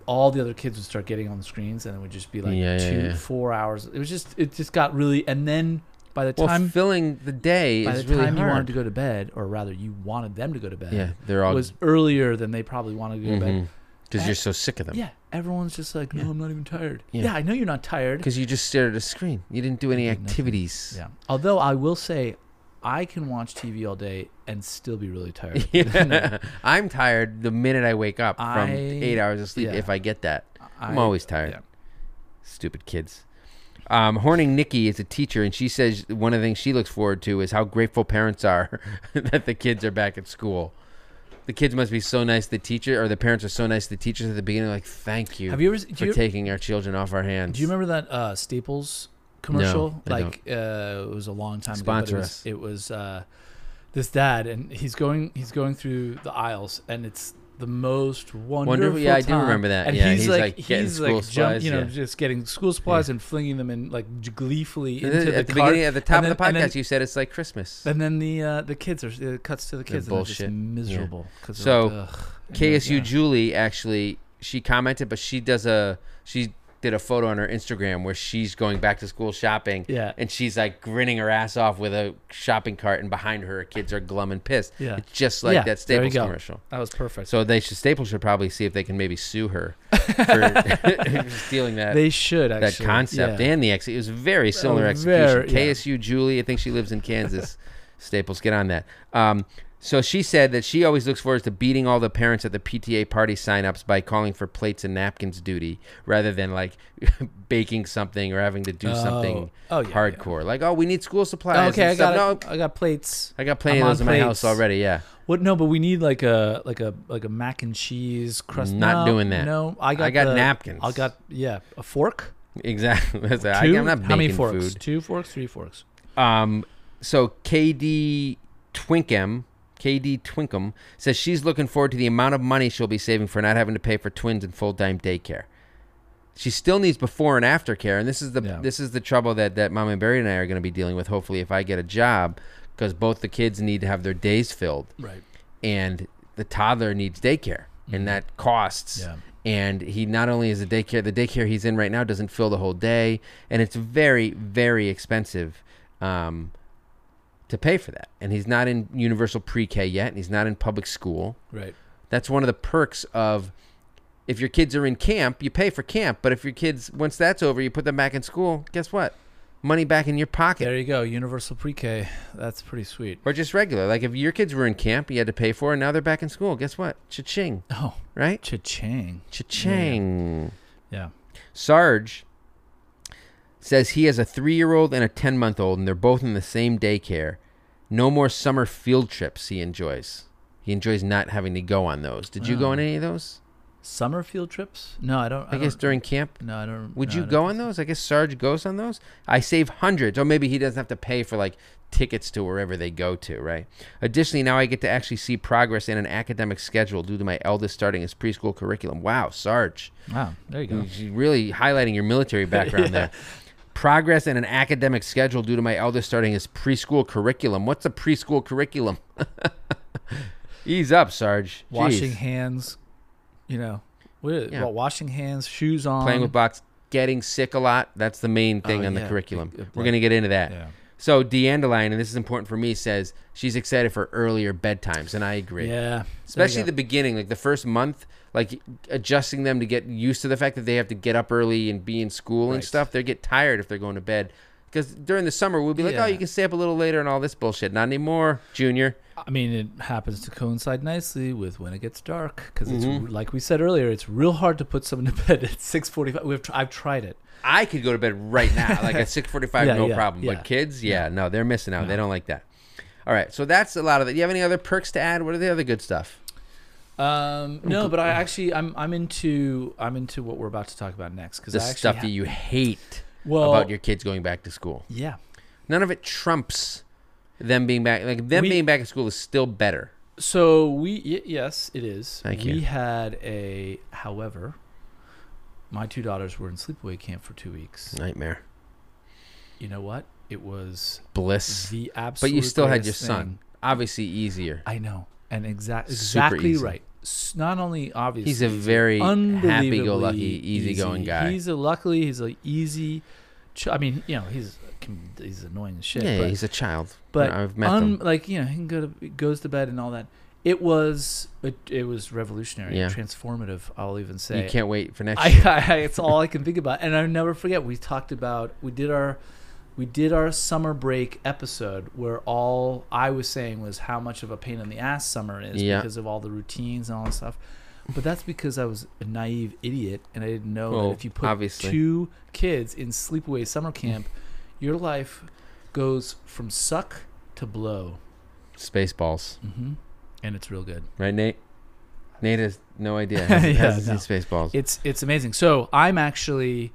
all the other kids would start getting on the screens, and it would just be like
Yeah, yeah,
two,
yeah.
four hours. It was just it just got really. And then by the
Well,
time
filling the day
by
is
the
really
time you
hard.
wanted to go to bed, or rather you wanted them to go to bed,
yeah, they're all
was earlier than they probably wanted to go to bed.
Because you're so sick of them.
Yeah, everyone's just like, no,
Mm-hmm. Yeah.
I'm not even tired.
Yeah.
Yeah, I know you're not tired.
Because you just stared at a screen. You didn't do any
I did nothing.
activities.
Yeah. Although I will say, I can watch TV all day and still be really tired.
Yeah. I'm tired the minute I wake up from
I-
eight hours of sleep.
yeah.
If I get that,
I,
I'm always tired.
yeah.
Stupid kids. Um, Horning Nikki is a teacher, and she says one of the things she looks forward to is how grateful parents are that the kids are back at school. The kids must be so nice. to The teacher or the parents are so nice. to The teachers at the beginning, like, thank you,
Have you ever? Do
for
you,
taking our children off our hands.
do you remember that uh, Staples commercial.
they
like uh, it was a long time
Sponsor
ago. but
us.
It was, it was uh, this dad, and he's going he's going through the aisles, and it's the most wonderful.
yeah, I do
time.
remember that.
And
Yeah,
he's,
he's,
like,
like, getting
he's
school
like
supplies,
you know,
yeah.
just getting school supplies and flinging them in like gleefully
And
into
then
the,
at the,
cart.
beginning, at the top
and
of the
then- and
podcast,
then-
you said it's like Christmas.
And then the uh, the kids are it cuts to the kids and they're just
bullshit.
miserable. 'cause they're
So,
like, "Ugh," and they're-
KSU
yeah.
Julie actually she commented, but she does a she did a photo on her Instagram where she's going back to school shopping.
Yeah.
And she's like grinning her ass off with a shopping cart, and behind her, kids are glum and pissed.
Yeah.
It's just like
Yeah,
that
there you
Staples
go.
commercial.
That was perfect.
So they should Staples should probably see if they can maybe sue her for stealing that
they should
that
actually
concept
yeah.
and the exit. It was very similar
Oh,
execution.
very- yeah.
KSU Julie, I think she lives in Kansas. Staples, get on that. Um, so she said that she always looks forward to beating all the parents at the PTA party signups by calling for plates and napkins duty rather than like baking something or having to do something
Oh, yeah, yeah.
hardcore. Like, oh, we need school supplies. and
Okay, I got
stuff.
I got plates.
No, I got plenty
I'm
of those in
on
my
plates.
house already. Yeah,
What? No, but we need like a like a like a mac and cheese crust.
Not
No,
doing that.
No, I got
I got
the-
napkins.
I got yeah, a fork.
exactly. That's it. I,
Two?
I'm not baking
How many forks?
food.
Two forks, three forks.
Um, so KD Twinkem, KD Twinkum says she's looking forward to the amount of money she'll be saving for not having to pay for twins and full time daycare. She still needs before and after care, and this is the
Yeah.
this is the trouble that that Mom and Barry and I are going to be dealing with. Hopefully, if I get a job, because both the kids need to have their days filled,
Right.
and the toddler needs daycare, and that costs
Yeah.
and he not only is the daycare the daycare he's in right now doesn't fill the whole day and it's very very expensive um, to pay for that and he's not in universal pre-k yet and he's not in public school
Right.
that's one of the perks of if your kids are in camp you pay for camp but if your kids once that's over you put them back in school guess what money back in your pocket
There you go. Universal pre-K. That's pretty sweet.
or just regular like if your kids were in camp you had to pay for it and now they're back in school guess what cha-ching
Oh,
right
cha-ching.
cha-ching
Yeah.
Sarge says he has a three year old and a 10 month old, and they're both in the same daycare. No more summer field trips he enjoys. He enjoys not having to go on those. Did you go
Oh.
on any of those?
Summer field trips? No, I don't.
I, guess
don't-
during camp.
No, I don't.
Would
no, I
you
don't
go
think
on
so.
those? I guess Sarge goes on those. I save hundreds. Or maybe he doesn't have to pay for like tickets to wherever they go to, right? Additionally, now I get to actually see progress in an academic schedule due to my eldest starting his preschool curriculum. Wow, Sarge.
Wow. There you go.
You're really highlighting your military background there. Progress in an academic schedule due to my eldest starting his preschool curriculum. What's a preschool curriculum? Ease up, Sarge. Jeez.
Washing hands. You know. What,
Yeah.
what, washing hands, shoes on.
playing with box, getting sick a lot. That's the main thing
Oh,
on
yeah.
the curriculum.
It- it-
We're gonna get into that.
Yeah.
So DeAndeline, and this is important for me, says she's excited for earlier bedtimes, and I agree.
Yeah.
Especially the beginning, like the first month, like adjusting them to get used to the fact that they have to get up early and be in school
Right.
and stuff. They get tired if they're going to bed. Because during the summer, we'll be like,
Yeah.
oh, you can stay up a little later and all this bullshit. Not anymore, Junior.
I mean, it happens to coincide nicely with when it gets dark because
Mm-hmm.
it's like we said earlier, it's real hard to put someone to bed at six forty-five. We've tr- I've tried it.
I could go to bed right now, like at six forty-five,
Yeah,
no
yeah,
problem.
yeah.
But kids, yeah, no, they're missing out. They don't like that. All right, so that's a lot of that. You have any other perks to add? What are the other good stuff?
Um, no, but I actually I'm I'm into I'm into what we're about to talk about next because
The
I actually
stuff
ha-
that you hate
well
about your kids going back to school.
yeah
None of it trumps them being back. Like them
We-
being back at school is still better.
So we y- yes, it is.
Thank
we
you.
had a however, my two daughters were in sleepaway camp for two weeks.
Nightmare,
You know what? It was
bliss.
the absolute.
But you still had your
greatest
son.
thing.
Obviously, easier.
I know, and exact
Super
exactly
easy.
right. S- Not only obviously
He's a very
unbelievably
happy-go-lucky, easygoing
easy.
guy.
He's a luckily he's a easy. Ch- I mean, you know, he's can- he's annoying as shit.
yeah,
but
he's a child.
but
I've met
un-
them.
like you know he can go to goes to bed and all that it was it, it was revolutionary
Yeah.
transformative i'll even say
You can't wait for next
I,
year.
I it's all i can think about and i never forget we talked about we did our we did our summer break episode where all i was saying was how much of a pain in the ass summer is
Yeah.
because of all the routines and all that stuff but that's because i was a naive idiot and i didn't know
Well,
that if you put
obviously. Mm-hmm.
two kids in sleepaway summer camp your life goes from suck to blow
Spaceballs,
Mm-hmm. And it's real good.
right, Nate? Nate has no idea. Has,
Yeah,
has to
no.
see Spaceballs.
It's it's amazing. So I'm actually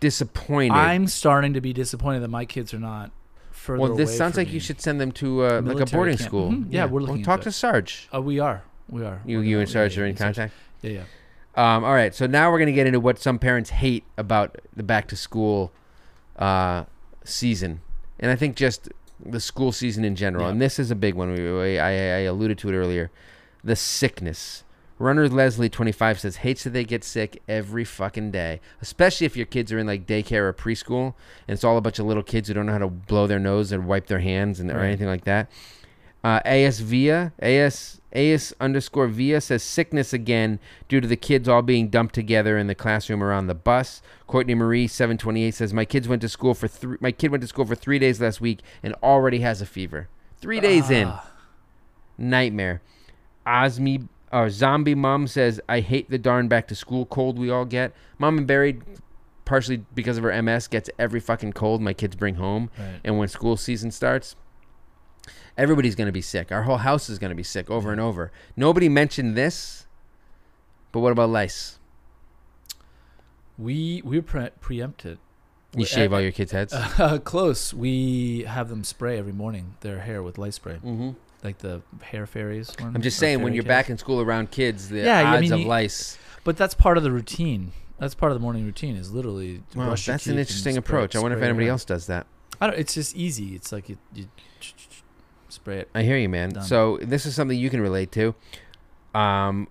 disappointed.
I'm starting to be disappointed that my kids are not further.
well, this
away
sounds
from
like you
me.
should send them to uh, like a
Military
boarding
camp.
school.
Mhm. Yeah, we're looking
Well,
into
talk
it.
to Sarge.
Uh, we are. We are.
You,
We're
you
gonna-
and Sarge
yeah,
are
yeah,
in
Sarge.
contact.
Yeah, yeah.
Um, all right, so now we're going to get into what some parents hate about the back to school uh, season, and I think just the school season in general.
Yeah.
And this is a big one. We, we- I, I alluded to it earlier. The sickness. Runner Leslie, 25, says hates that they get sick every fucking day, especially if your kids are in like daycare or preschool, and it's all a bunch of little kids who don't know how to blow their nose or wipe their hands and or
Right.
anything like that. Uh, AS Via, AS, AS underscore Via says sickness again due to the kids all being dumped together in the classroom or on the bus. Courtney Marie, 728 says, my kids went to school for three, my kid went to school for three days last week and already has a fever. Three days in
Ah,
nightmare. Osmi or zombie mom says, "I hate the darn back to school cold we all get." Mom and Barry, partially because of her MS, gets every fucking cold my kids bring home,
Right.
and when school season starts. Everybody's going to be sick. Our whole house is going to be sick over and over. Nobody mentioned this, but what about lice?
We we pre- preempt it.
You
Well,
shave
uh,
all your kids' heads.
Uh, close. We have them spray every morning their hair with light spray,
mm-hmm.
like the hair fairies. One,
I'm just
or
saying, when
fairy
you're
cats.
back in school around kids, the
Yeah, I
odds
mean,
of
you-
lice.
But that's part of the routine. That's part of the morning routine. Is literally. to
Wow,
brush your
that's an
teeth and
interesting
spray-
approach. I wonder if
spray it
anybody
around.
else does that.
I don't. It's just easy. It's like you, you spray it.
I hear you, man.
Done.
So this is something you can relate to. Um,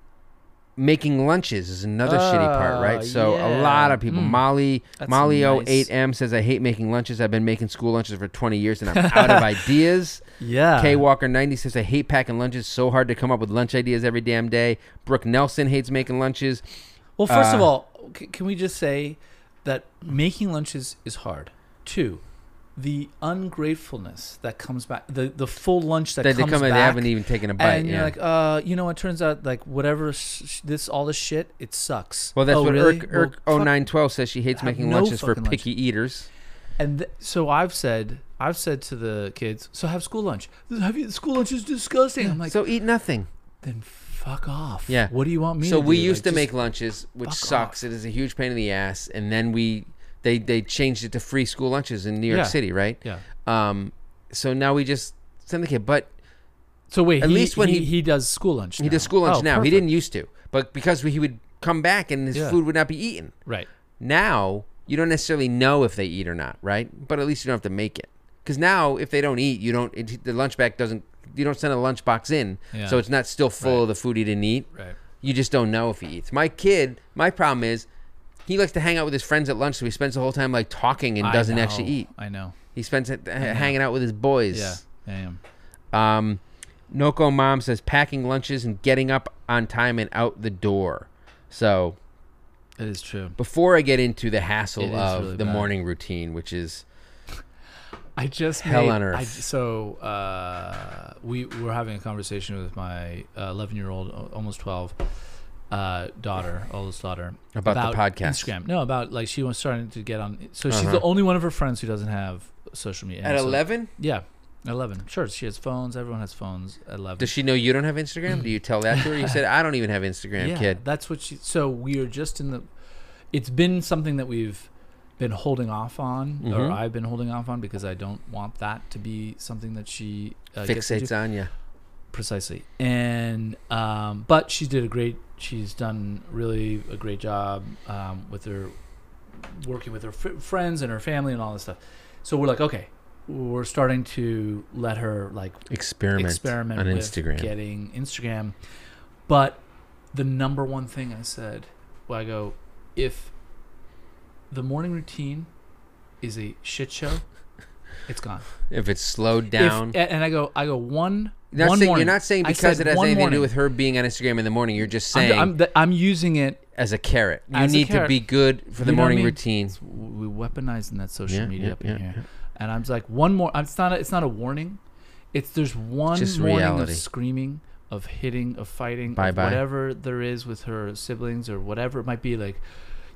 making lunches is another shitty part, right?
Oh,
So a
yeah.
lot of people.
Mm.
Molly
That's
Molly
nice.
08M says I hate making lunches. I've been making school lunches for 20 years and I'm out of ideas.
Yeah.
K Walker 90 says I hate packing lunches. So hard to come up with lunch ideas every damn day. Brooke Nelson hates making lunches.
Well, first of
Uh,
all, c- can we just say that making lunches is hard. Two, the ungratefulness that comes back, the the full lunch that
That they
comes
come and
back,
they haven't even taken a bite.
and
yeah.
you're like, uh, you know, it turns out like whatever sh- sh- this all this shit, it sucks.
well, that's
Oh,
what
really?
Irk,
Well,
Irk
fuck.
0912 says. She hates
I have
making
no
lunches for
fucking lunch.
picky eaters.
And th- so I've said, I've said to the kids, so have school lunch. Have you school lunch is disgusting. I'm like,
so eat nothing.
then fuck off.
Yeah.
What do you want me?
so
to
we
do?
used
Like,
to
just-
make lunches which
fuck
sucks it is a huge pain in the ass and then we they they changed it to free school lunches in new york
Yeah.
city right
Yeah.
um so now we just send the kid but
So wait,
At
he,
least when
he,
he-
does school lunch.
he does school lunch
Oh,
now he
perfect.
didn't used to but because he would come back and his
Yeah.
food would not be eaten
Right.
now you don't necessarily know if they eat or not right but at least you don't have to make it because now if they don't eat you don't it, the lunch back doesn't you don't send a lunch box in
Yeah.
so it's not still full
Right.
of the food he didn't eat
Right.
You just don't know if he eats. My kid, my problem is he likes to hang out with his friends at lunch, so he spends the whole time like talking and
I
doesn't
know,
actually eat.
I know.
He spends it uh, hanging out with his boys.
Yeah, I am.
Um, Noko mom says packing lunches and getting up on time and out the door. So
It is true.
before I get into the
It
hassle
is
of
really
the
bad.
morning routine, which is
I just
Hell
made-
on earth.
I, so uh, we were having a conversation with my eleven-year-old, almost twelve, uh, daughter, oldest daughter,
About the podcast.
Instagram. No, about like she was starting to get on. So she's
Uh-huh.
the only one of her friends who doesn't have social media.
at
And so-
eleven.
Yeah, at eleven. Sure, she has phones. Everyone has phones. At eleven.
Does she know you don't have Instagram? Do you tell that to her? You said I don't even have Instagram, kid.
That's what she. So we are just in the. It's been something that we've been holding off on, or
Mhm.
I've been holding off on because I don't want that to be something that she uh, gets into.
Fixates on you.
precisely. And um, but she did a great. She's done really a great job um, with her working with her f- friends and her family and all this stuff. So we're like, okay, we're starting to let her like
Experiment,
experiment
on
with
Instagram.
getting Instagram. But the number one thing I said, well, I go, if the morning routine is a shit show, it's gone.
if it's slowed
If-
down,
a- and I go, I go one.
You're not,
one
saying,
morning.
you're not saying
I
because
said
it has
one
anything to
morning.
do with her being on Instagram in the morning. You're just
I'm,
saying
I'm, th- I'm using it.
as a carrot. You
as a
need to
carrot.
be good for the
You know what I
morning
mean?
routine.
It's- We weaponizing that social
Yeah,
media
yeah,
up in
yeah,
here,
yeah.
and I'm just like one more. It's not. A, it's not a warning. It's there's one
just
morning
reality.
of screaming, of hitting, of fighting, of
Bye-bye.
whatever there is with her siblings or whatever it might be. Like,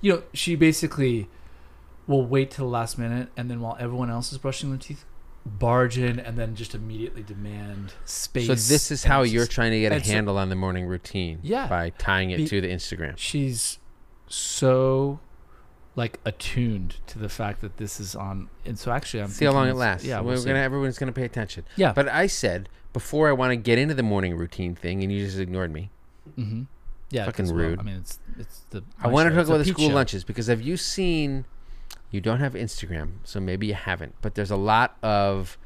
you know, she basically will wait till the last minute, and then while everyone else is brushing their teeth, barge in, and then just immediately demand space.
So this is
and
how
it's
you're
just-
trying to get a
it's a-
handle on the morning routine.
Yeah.
By tying it
Be-
to the Instagram.
She's so like attuned to the fact that this is on. And so actually, I'm
see how
thinking
long it
it's-
lasts.
Yeah,
Yeah,
we'll
we're
see.
gonna everyone's gonna pay attention.
Yeah.
But I said before I want to get into the morning routine thing, and you just ignored me.
Mhm. yeah,
Fucking
'cause, well,
rude.
I mean, it's it's the.
I want to
it's
talk
a
about the
peep
school
show.
lunches because have you seen? You don't have Instagram, so maybe you haven't. But there's a lot of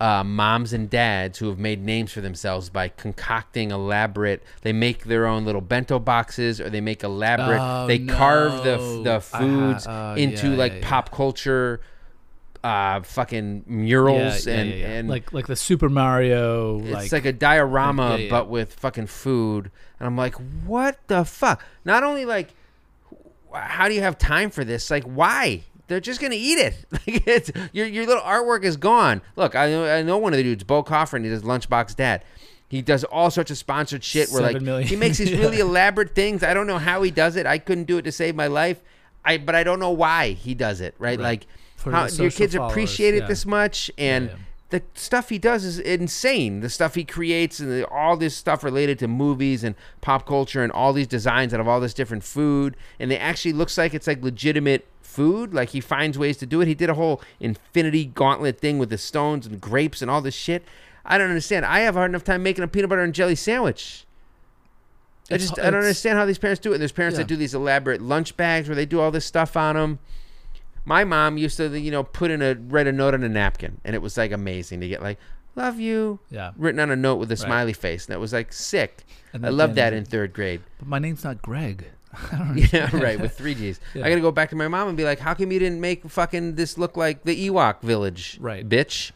uh, moms and dads who have made names for themselves by concocting elaborate. They make their own little bento boxes, or they make elaborate.
Oh,
they carve the
no.
f- the
I ha-
foods
oh,
into
yeah,
like
yeah, yeah.
pop culture, uh, fucking
Yeah,
murals
yeah,
and
yeah, yeah.
and
like like the Super Mario.
it's
Like,
like, a diorama,
yeah, yeah.
but with fucking food. And I'm like, what the fuck? Not only like, wh- how do you have time for this? Like, why? They're just gonna eat it. Like, it's your your little artwork is gone. Look, I know, I know one of the dudes, Bo Coffin. He does Lunchbox Dad. He does all sorts of sponsored shit. Where like
Seven million.
he makes these
Yeah.
really elaborate things. I don't know how he does it. I couldn't do it to save my life. I but I don't know why he does it. Right? Like,
For
how,
his
your
social
kids
followers,
appreciate it
yeah.
this this much and
yeah.
the stuff he does is insane the stuff he creates and the, all this stuff related to movies and pop culture and all these designs out of all this different food and it actually looks like it's like legitimate food like he finds ways to do it he did a whole infinity gauntlet thing with the stones and grapes and all this shit i don't understand i have a hard enough time making a peanut butter and jelly sandwich I
It's-
just I don't
it's-
understand how these parents do it. And there's parents
Yeah.
that do these elaborate lunch bags where they do all this stuff on them. My mom used to, you know, put in a write a note on a napkin, and it was like amazing to get like "love you"
Yeah.
written on a note with a smiley face, and that was like sick.
And
I
then-
loved that
and-
in third grade.
But my name's not Greg. I don't
Yeah, right. With three G's,
Yeah.
I gotta go back to my mom and be like, "How come you didn't make fucking this look like the Ewok village,
Right.
bitch?"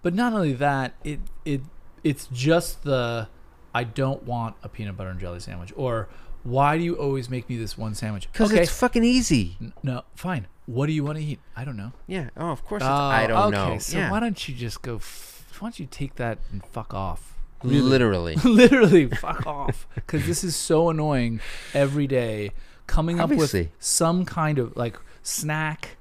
But not only that, it it it's just the I don't want a peanut butter and jelly sandwich or why do you always make me this one sandwich?
Because it's fucking easy.
N- no, fine. What do you want to eat? I don't know.
Yeah. Oh, of course. It's, I
Oh,
don't
okay,
know.
So
yeah.
why don't you just go? F- why don't you take that and fuck off?
Literally.
Literally, fuck off. Because this is so annoying every day. Coming up
Obviously.
with some kind of like snack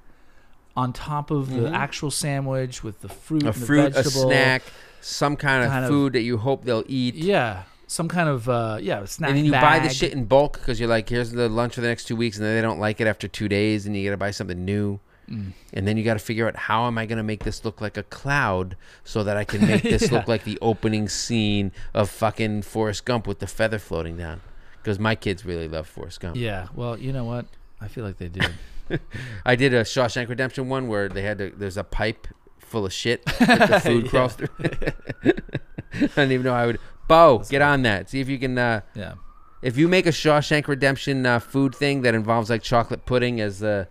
on top of the actual sandwich with the fruit,
Mm-hmm. a
and the
fruit, a
vegetable.
snack, some kind of
kind of-
food that you hope they'll eat.
Yeah, some kind of uh, yeah snack.
and then you buy the
bag.
shit in bulk because you're like, here's the lunch for the next two weeks, and then they don't like it after two days, and you got to buy something new.
Mm.
And then you got to figure out how am I going to make this look like a cloud so that I can make this look like the opening scene of fucking Forrest Gump with the feather floating down. Because my kids really love Forrest Gump.
Yeah. Well, you know what? I feel like they did.
I did a Shawshank Redemption one where they had to, there's a pipe full of shit that the food crawls through. I don't even know how I would. Bo, get on that. See if you can. Uh,
yeah.
if you make a Shawshank Redemption uh, food thing that involves like chocolate pudding as the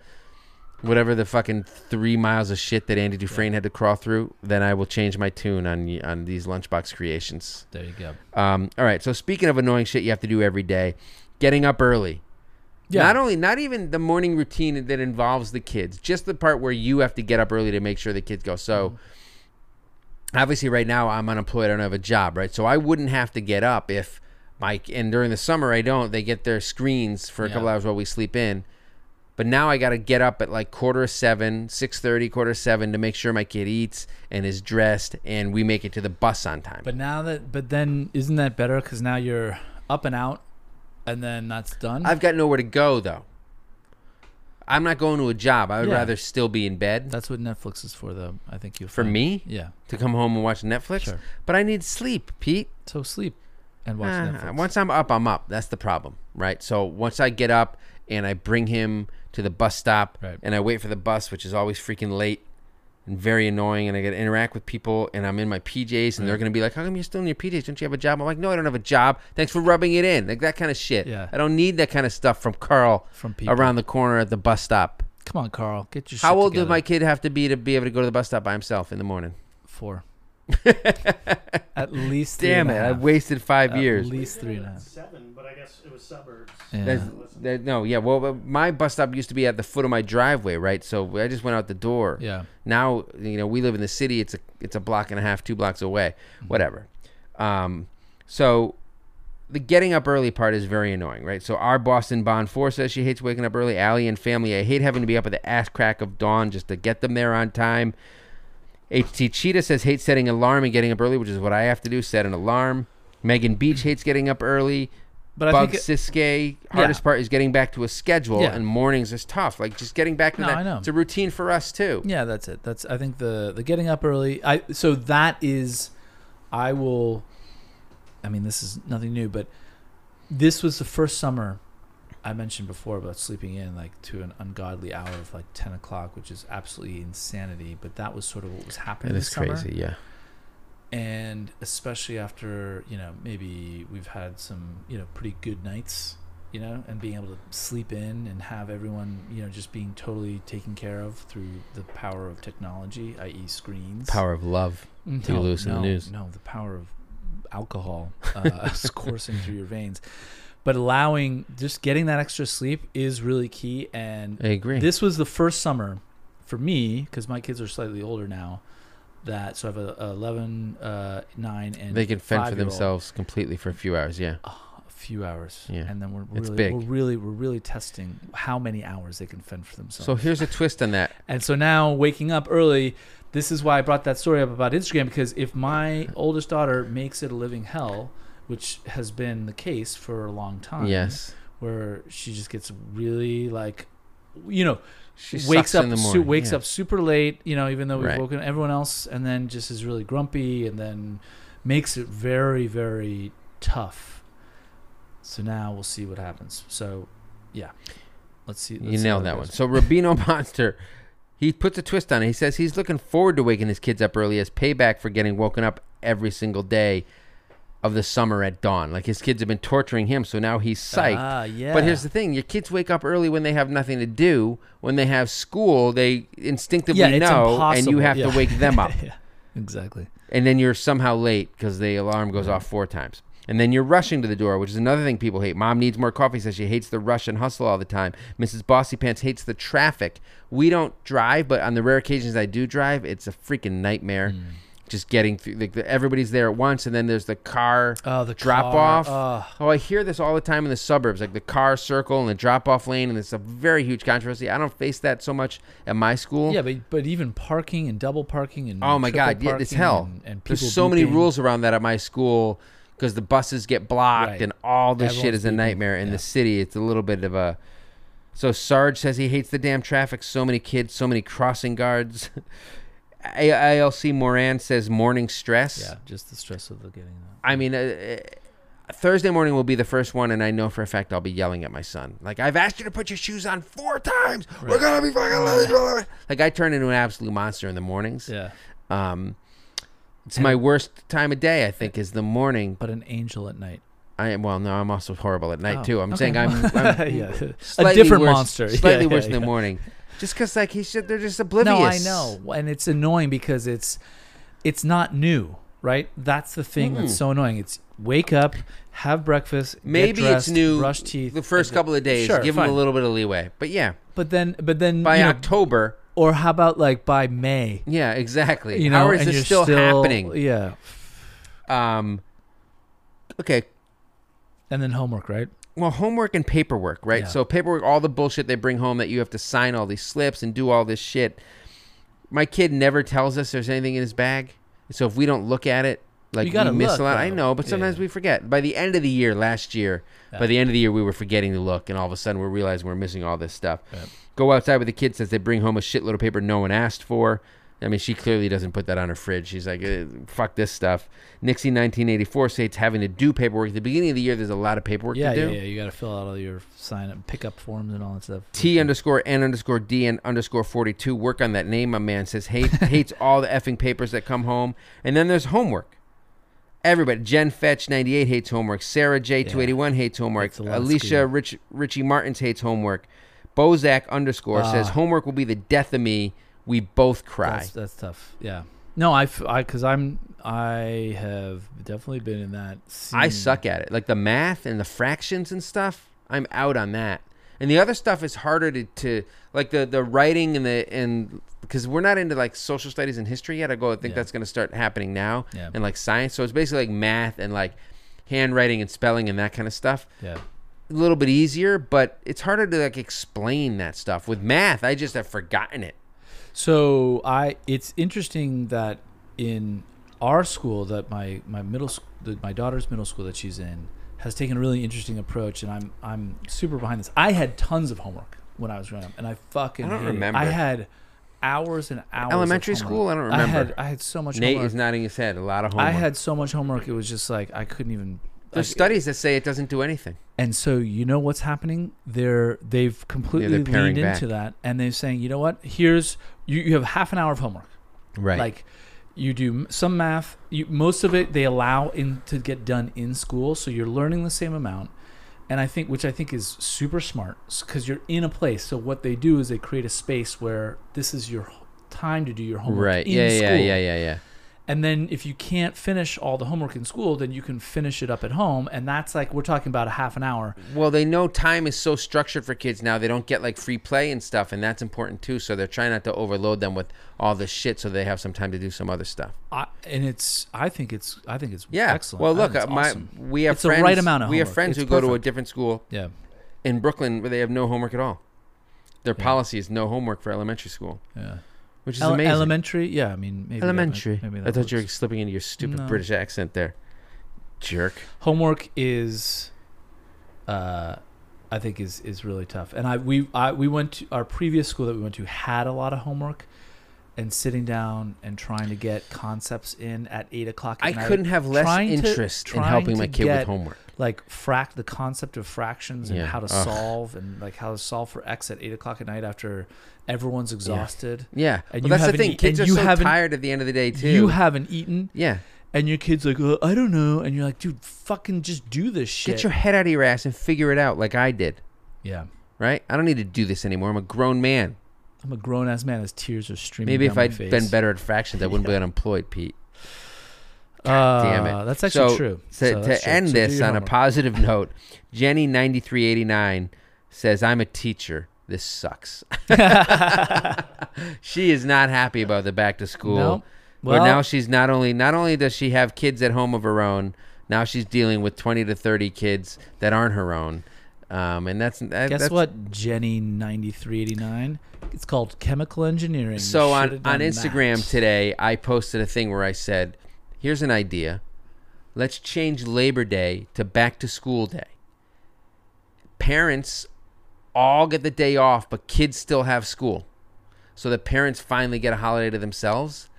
whatever the fucking three miles of shit that Andy Dufresne had to crawl through, then I will change my tune on y- on these lunchbox creations.
There you go.
Um, all right. So speaking of annoying shit you have to do every day, getting up early.
Yeah.
Not only, not even the morning routine that involves the kids, just the part where you have to get up early to make sure the kids go. So,
Mm-hmm.
obviously, right now I'm unemployed. I don't have a job, right? So I wouldn't have to get up if my and during the summer I don't. They get their screens for a
Yeah.
couple hours while we sleep in. But now I got to get up at like quarter of seven, six thirty, quarter of seven to make sure my kid eats and is dressed, and we make it to the bus on time.
But now that, but then, isn't that better? Because now you're up and out, and then that's done.
I've got nowhere to go though. I'm not going to a job. I would
Yeah.
rather still be in bed.
that's what Netflix is for, though. I think you.
For me?
Yeah.
to come home and watch Netflix.
Sure.
But I need sleep, Pete.
So sleep and watch
Ah,
Netflix.
once I'm up, I'm up. That's the problem, right? So once I get up and I bring him to the bus stop
Right.
and I wait for the bus, which is always freaking late and very annoying, and I got to interact with people and I'm in my PJs and they're going to be like, How come you're still in your PJs? Don't you have a job? I'm like, No, I don't have a job. Thanks for rubbing it in. Like that kind of shit.
Yeah.
I don't need that kind of stuff from Carl
From people.
around the corner at the bus stop.
Come on, Carl. Get your.
How
shit
old
together.
does my kid have to be to be able to go to the bus stop by himself in the morning?
four? At least. three
Damn
and
it.
a
I
half.
wasted five
At
years.
least three and a
At
half.
Seven, but I guess it was suburbs.
Yeah.
There's, there, no, yeah. Well, but my bus stop used to be at the foot of my driveway, right? So I just went out the door.
Yeah.
Now you know we live in the city. It's a it's a block and a half, two blocks away,
Mm-hmm.
whatever. Um, so the getting up early part is very annoying, right? So our Boston Bond Four says she hates waking up early. Allie and family, I hate having to be up at the ass crack of dawn just to get them there on time. HT Cheetah says hate setting alarm and getting up early, which is what I have to do. Set an alarm. Megan Beach hates getting up early.
But I
Bug
think it-
Siskey. Hardest part is getting back to a schedule,
Yeah.
and mornings is tough. Like just getting back to
No,
that.
I know.
It's a routine for us too.
yeah, that's it. That's I think the the getting up early. I so that is, I will. I mean, this is nothing new, but this was the first summer I mentioned before about sleeping in like to an ungodly hour of like ten o'clock, which is absolutely insanity. But that was sort of what was happening.
It
this
is
summer.
crazy. Yeah.
and especially after you know maybe we've had some you know pretty good nights you know and being able to sleep in and have everyone you know just being totally taken care of through the power of technology i.e screens Mm-hmm.
Power of love.
no,
Take a listen to
no,
the news.
no the power of alcohol uh, is coursing through your veins but allowing just getting that extra sleep is really key and
I agree.
this was the first summer for me because my kids are slightly older now. That so I have a, a 11, uh, 9, and
they can fend for
five-year-old.
themselves completely for a few hours. Yeah.
A few hours,
Yeah.
and then we're really,
It's big.
we're really, we're really testing how many hours they can fend for themselves.
So here's a twist on that.
and so now waking up early, this is why I brought that story up about Instagram because if my oldest daughter makes it a living hell, which has been the case for a long time,
Yes.
where she just gets really like, you know,
She
wakes
sucks
up
in the
su-
morning.
wakes
yeah.
up super late, you know, even though we've
Right.
woken everyone else, and then just is really grumpy, and then makes it very very tough. So now we'll see what happens. So, yeah, let's see.
You
let's see how
nailed
it
that one.
goes.
So Rubino Monster, he puts a twist on it. He says he's looking forward to waking his kids up early as payback for getting woken up every single day of the summer at dawn. Like his kids have been torturing him, so now he's psyched.
Ah, yeah.
But here's the thing: your kids wake up early when they have nothing to do. When they have school, they instinctively
Yeah, it's
know, and you
impossible.
have
Yeah.
to wake them up.
yeah, exactly.
and then you're somehow late because the alarm goes off four times. And then you're rushing to the door, which is another thing people hate. Mom needs more coffee, says she hates the rush and hustle all the time. Mrs. Bossy Pants hates the traffic. We don't drive, but on the rare occasions I do drive, it's a freaking nightmare. Just getting through, like the, everybody's there at once, and then there's the car
Oh, the
drop
car.
off.
Ah.
Oh, I hear this all the time in the suburbs, like the car circle and the drop off lane, and it's a very huge controversy. I don't face that so much at my school.
Yeah, but but even parking and double parking and
Oh my
triple
God! Yeah, it's
parking
hell.
And, and people
There's so many
beeping.
rules around that at my school because the buses get blocked
Right.
and all this shit
Everyone's
is a
beeping.
nightmare. In
Yeah.
the city, it's a little bit of a. So Sarge says he hates the damn traffic. So many kids, so many crossing guards. A- ALC Moran says morning stress.
Yeah, just the stress of the getting. up.
I mean, uh, uh, Thursday morning will be the first one, and I know for a fact I'll be yelling at my son. Like, I've asked you to put your shoes on four times. We're gonna be fucking late. Like, I turn into an absolute monster in the mornings.
Yeah,
Um, it's my worst time of day, I think, is the morning.
but an angel at night.
I am well, no, I'm also horrible at night
Oh,
too. I'm
okay.
saying I'm, I'm
yeah. a
slightly
different
worse-
monster. Yeah,
slightly
yeah,
worse in
yeah.
the morning, just because like he should, they're just oblivious.
No, I know, and it's annoying because it's it's not new, right? That's the thing that's
Hmm.
so annoying. It's wake up, have breakfast, get
Maybe
dressed,
it's new.
brush teeth.
the first
and-
couple of days,
Sure,
give
fine.
them a little bit of leeway. But yeah,
But then, but then,
by
you know,
October,
or how about like by May?
yeah, exactly.
You know,
How is
and
this
you're
still, happening?
Yeah,
Um, okay,
and then homework, right?
well homework and paperwork right
Yeah.
so paperwork all the bullshit they bring home that you have to sign all these slips and do all this shit my kid never tells us there's anything in his bag so if we don't look at it like
You gotta
we miss
look,
a lot i
though.
know but
Yeah,
sometimes
yeah.
we forget by the end of the year last year
Yeah.
by the end of the year we were forgetting to look and all of a sudden we're realizing we're missing all this stuff
Yeah.
go outside with the kids says they bring home a shitload of paper no one asked for I mean, she clearly doesn't put that on her fridge. She's like, eh, fuck this stuff. Nixie 1984 states having to do paperwork. At the beginning of the year, there's a lot of paperwork
Yeah,
to do.
yeah, yeah. You got to fill out all your sign up, pick up forms, and all that stuff.
T underscore N underscore D N underscore 42. Work on that name, my man. Says hate, hates all the effing papers that come home. And then there's homework. Everybody. Jen Fetch 98 hates homework. Sarah J 281 hates homework.
That's a lot of
Alicia
screwing.
Rich, Richie Martins hates homework. Bozak underscore says
Ah.
homework will be the death of me. We both cry.
That's, that's tough. Yeah. No, I, f- I, cause I'm, I have definitely been in that. Scene.
I suck at it. Like the math and the fractions and stuff, I'm out on that. And the other stuff is harder to, to like the the writing and the and because we're not into like social studies and history yet. I go, I think
Yeah.
that's going to start happening now,
Yeah.
and like science. So it's basically like math and like handwriting and spelling and that kind of stuff.
Yeah.
A little bit easier, but it's harder to like explain that stuff. With math, I just have forgotten it.
So I, it's interesting that in our school that my, my middle, s- the, my daughter's middle school that she's in, has taken a really interesting approach, and I'm I'm super behind this. I had tons of homework when I was growing up, and I fucking
I don't
hated it.
remember.
I had hours and hours. of
Elementary
homework.
school? I don't
I
remember.
had I had so much
Nate
homework.
is nodding his head. A lot of homework.
I had so much homework. It was just like I couldn't even.
There's
like-
studies that say it doesn't do anything.
and so you know what's happening? They're they've completely
paring
leaned into that, and they're saying, you know what? Here's you. You have half an hour of homework.
Right.
Like you do m- some math. You most of it they allow in to get done in school, so you're learning the same amount. And I think, which I think is super smart, because you're in a place. So what they do is they create a space where this is your h- time to do your homework.
right.
In
Yeah,
school.
yeah, yeah, yeah, yeah.
And then if you can't finish all the homework in school, then you can finish it up at home. And that's like we're talking about a half an hour.
Well, they know time is so structured for kids now. They don't get like free play and stuff, and that's important too. So they're trying not to overload them with all this shit, so they have some time to do some other stuff.
I, and it's I think it's I think it's
Yeah.
excellent.
Well,
I think
look,
it's
uh, my
awesome.
we have
It's the
friends.
right amount of
we have
homework.
friends
It's
who go to a
perfect.
different school
yeah
in Brooklyn where they have no homework at all. Their policy is no homework for elementary school,
yeah
which is
Ele-
amazing.
elementary yeah I mean maybe that might-
Elementary.
maybe
I
that
thought you were
works.
slipping into your stupid
No.
British accent there, jerk.
homework is uh I think is is really tough and I we I we went to our previous school that we went to had a lot of homework and sitting down and trying to get concepts in at eight o'clock at
I
night,
couldn't have less
trying to-
interest in
trying
helping my
to
kid with
get
homework.
like frac the concept of fractions and
Yeah.
how to
Ugh.
solve and like how to solve for x at eight o'clock at night after everyone's exhausted.
Yeah, well,
And you
that's the
haven't
thing.
eat-
Kids
and
are
you
so
haven't-
tired at the end of the day too.
You haven't eaten,
yeah,
and your kid's like, uh, I don't know, and you're like, dude, fucking just do this shit.
get your head out of your ass and figure it out, like I did.
yeah,
Right? I don't need to do this anymore. I'm a grown man.
I'm a grown ass man. His tears are streaming.
Maybe
down
if
my
I'd
face.
been better at fractions, I wouldn't be unemployed, Pete.
uh,
Damn it.
that's actually
So,
true.
To,
So
to
that's true.
end
So do
this
your
on a
homework.
positive note, Jenny ninety three eighty nine says, "I'm a teacher. This sucks." she is not happy about the back to school.
No.
but
Well-
now she's not only not only does she have kids at home of her own, now she's dealing with twenty to thirty kids that aren't her own, um, and that's that,
Guess
that's,
what, Jenny ninety three eighty nine. It's called chemical engineering. You
So on
should've
on
done
Instagram
maths.
today, I posted a thing where I said, "Here's an idea. Let's change Labor Day to Back to School Day. Parents all get the day off, but kids still have school, so the parents finally get a holiday to themselves."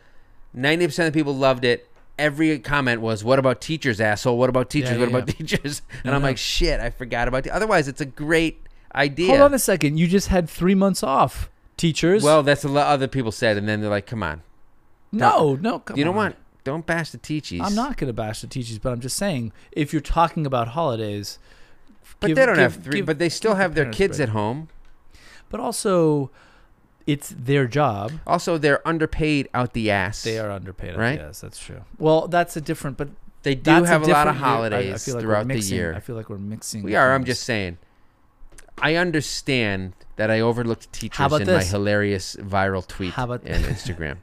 Ninety percent of the people loved it. Every comment was, "What about teachers, asshole? What about teachers?
yeah,
what about
yeah.
teachers?" And
No,
I'm
no.
like, "Shit, I forgot about." Te-. Otherwise, it's a great idea.
Hold on a second. You just had three months off, teachers.
uh, well, that's what other people said, and then they're like, "Come on."
no, no. Come
you know
on.
what? Don't bash the teachies.
I'm not going to bash the teachers, but I'm just saying if you're talking about holidays,
But
give-
they don't
give-
have three.
give-
but they still
give the
have their
parents
kids
break.
at home.
But also, it's their job.
Also, they're underpaid out the ass.
They are underpaid.
Right?
Yes, that's true. Well, that's a different. But
They do
that's
have a, lot of
different year. I-
holidays
I feel like we're
throughout the
mixing-
year.
I feel like we're mixing.
we are. I'm
things.
just saying. I understand that I overlooked teachers
about
in my
this?
hilarious viral tweet
How about-
and Instagram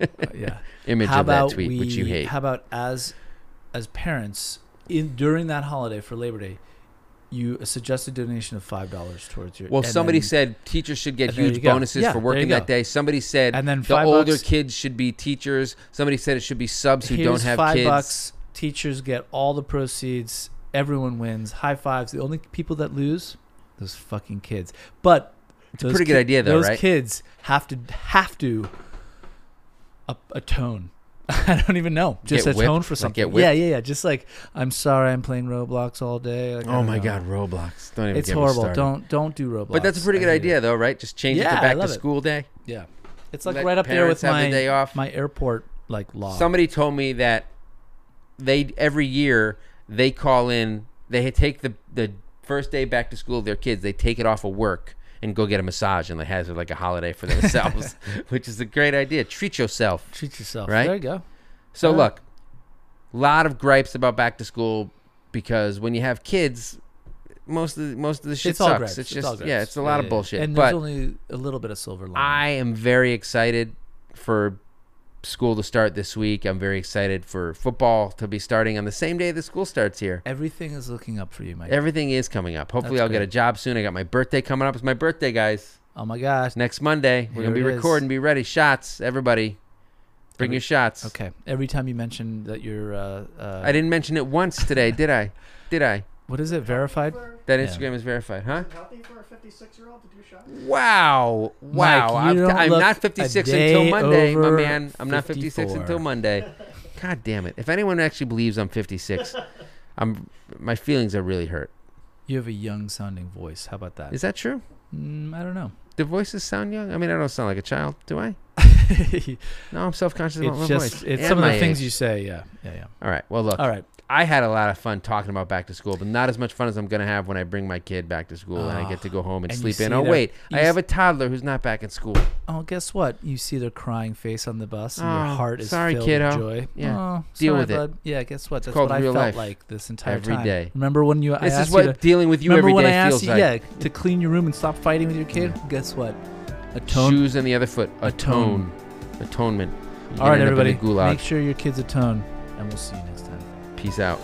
yeah.
image
how
of that
about
tweet,
we,
which you hate.
How about as as parents in during that holiday for Labor Day, you suggest a donation of five dollars towards your.
well,
and
somebody
then-
said teachers should get
and there
huge
you go.
bonuses
Yeah,
for
there
working
you go.
that day. Somebody said
And then
the
five
older
bucks-
kids should be teachers. Somebody said it should be subs who don't
Here's
have
five
kids.
bucks. Teachers get all the proceeds. Everyone wins. High fives. The only people that lose, those fucking kids. But it's
a pretty good idea though,
Those
right?
kids have to have to a- atone. I don't even know. Just
Get whipped?
atone
Like,
for
get
something.
whipped?
yeah, yeah, yeah. Just like I'm sorry, I'm playing Roblox all day. Like, I
Oh
don't
my
know.
God, Roblox! Don't even
it's
get me
horrible.
started.
Don't don't do Roblox.
But that's a pretty
I
good
hate
idea,
it.
though, right? Just change it
Yeah,
to
I
back to
love it.
school day.
Yeah, it's like
Let
right up there
parents
with
have the
my
day off.
my airport like law.
Somebody told me that they every year they call in, they take the the first day back to school of their kids, they take it off of work and go get a massage, and they have it like a holiday for themselves, which is a great idea. Treat yourself.
Treat yourself.
Right?
There you go.
So
Yeah.
look, lot of gripes about back to school because when you have kids. Most of the, most of the shit
It's all
sucks.
gripes.
It's
It's all
just yeah,
gripes.
it's a lot
Yeah,
of
yeah, yeah.
bullshit.
And
but
there's only a little bit of silver lining.
I am very excited for school to start this week. I'm very excited for football to be starting on the same day the school starts here.
Everything is looking up for you, Mike.
Everything is coming up. Hopefully,
That's
I'll get a
great.
job soon. I got my birthday coming up. It's my birthday, guys.
oh my gosh.
Next Monday, we're
Here
gonna be
it is.
recording. Be ready. Shots, everybody. Bring
Every-
your shots.
Okay. Every time you mention that you're, uh, uh,
I didn't mention it once today, did I? Did I?
What is it? Verified?
For,
That
Yeah.
Instagram is verified, huh?
healthy for a 56 year old to do shots?
Wow. Wow.
Mike, you
I'm,
don't
I'm
look
not
a
56
day
until Monday, my
over
man. I'm not 56 until
54.
Monday. God damn it. If anyone actually believes I'm 56, I'm my feelings are really hurt.
You have a young sounding voice. How about that?
Is that true?
Mm, I don't know.
Do voices sound young? I mean, I don't sound like a child, do I?
it's
No, I'm self-conscious about my voice.
just it's
and
some of
my
the things Uh,
age.
you say. Yeah, yeah, yeah.
All right. Well, look.
All right.
I had a lot of fun talking about back to school, but not as much fun as I'm going to have when I bring my kid back to school and I get to go home and,
and you
sleep in.
see
Oh,
their-
wait.
you
I have
see-
a toddler who's not back in school.
Oh, guess what? You see their crying face on the bus, and
Oh,
your heart is
sorry,
filled
kiddo.
with joy.
Yeah.
Oh,
Deal
sorry,
with it.
bud. Yeah, guess what? That's
called
what I
real
felt
life.
like this entire
Every
time.
day.
Remember when you? I
This
asked
is what
you to,
dealing with you
remember
every
when
day
I asked
feels
you,
like.
yeah, to clean your room and stop fighting with your kid. Guess what? Atone.
Shoes on the other foot. Atone.
Atone.
Atonement. You're
All right,
gonna end up in
everybody.
the gulag.
Make sure your kids atone, and we'll see you next time.
Peace out.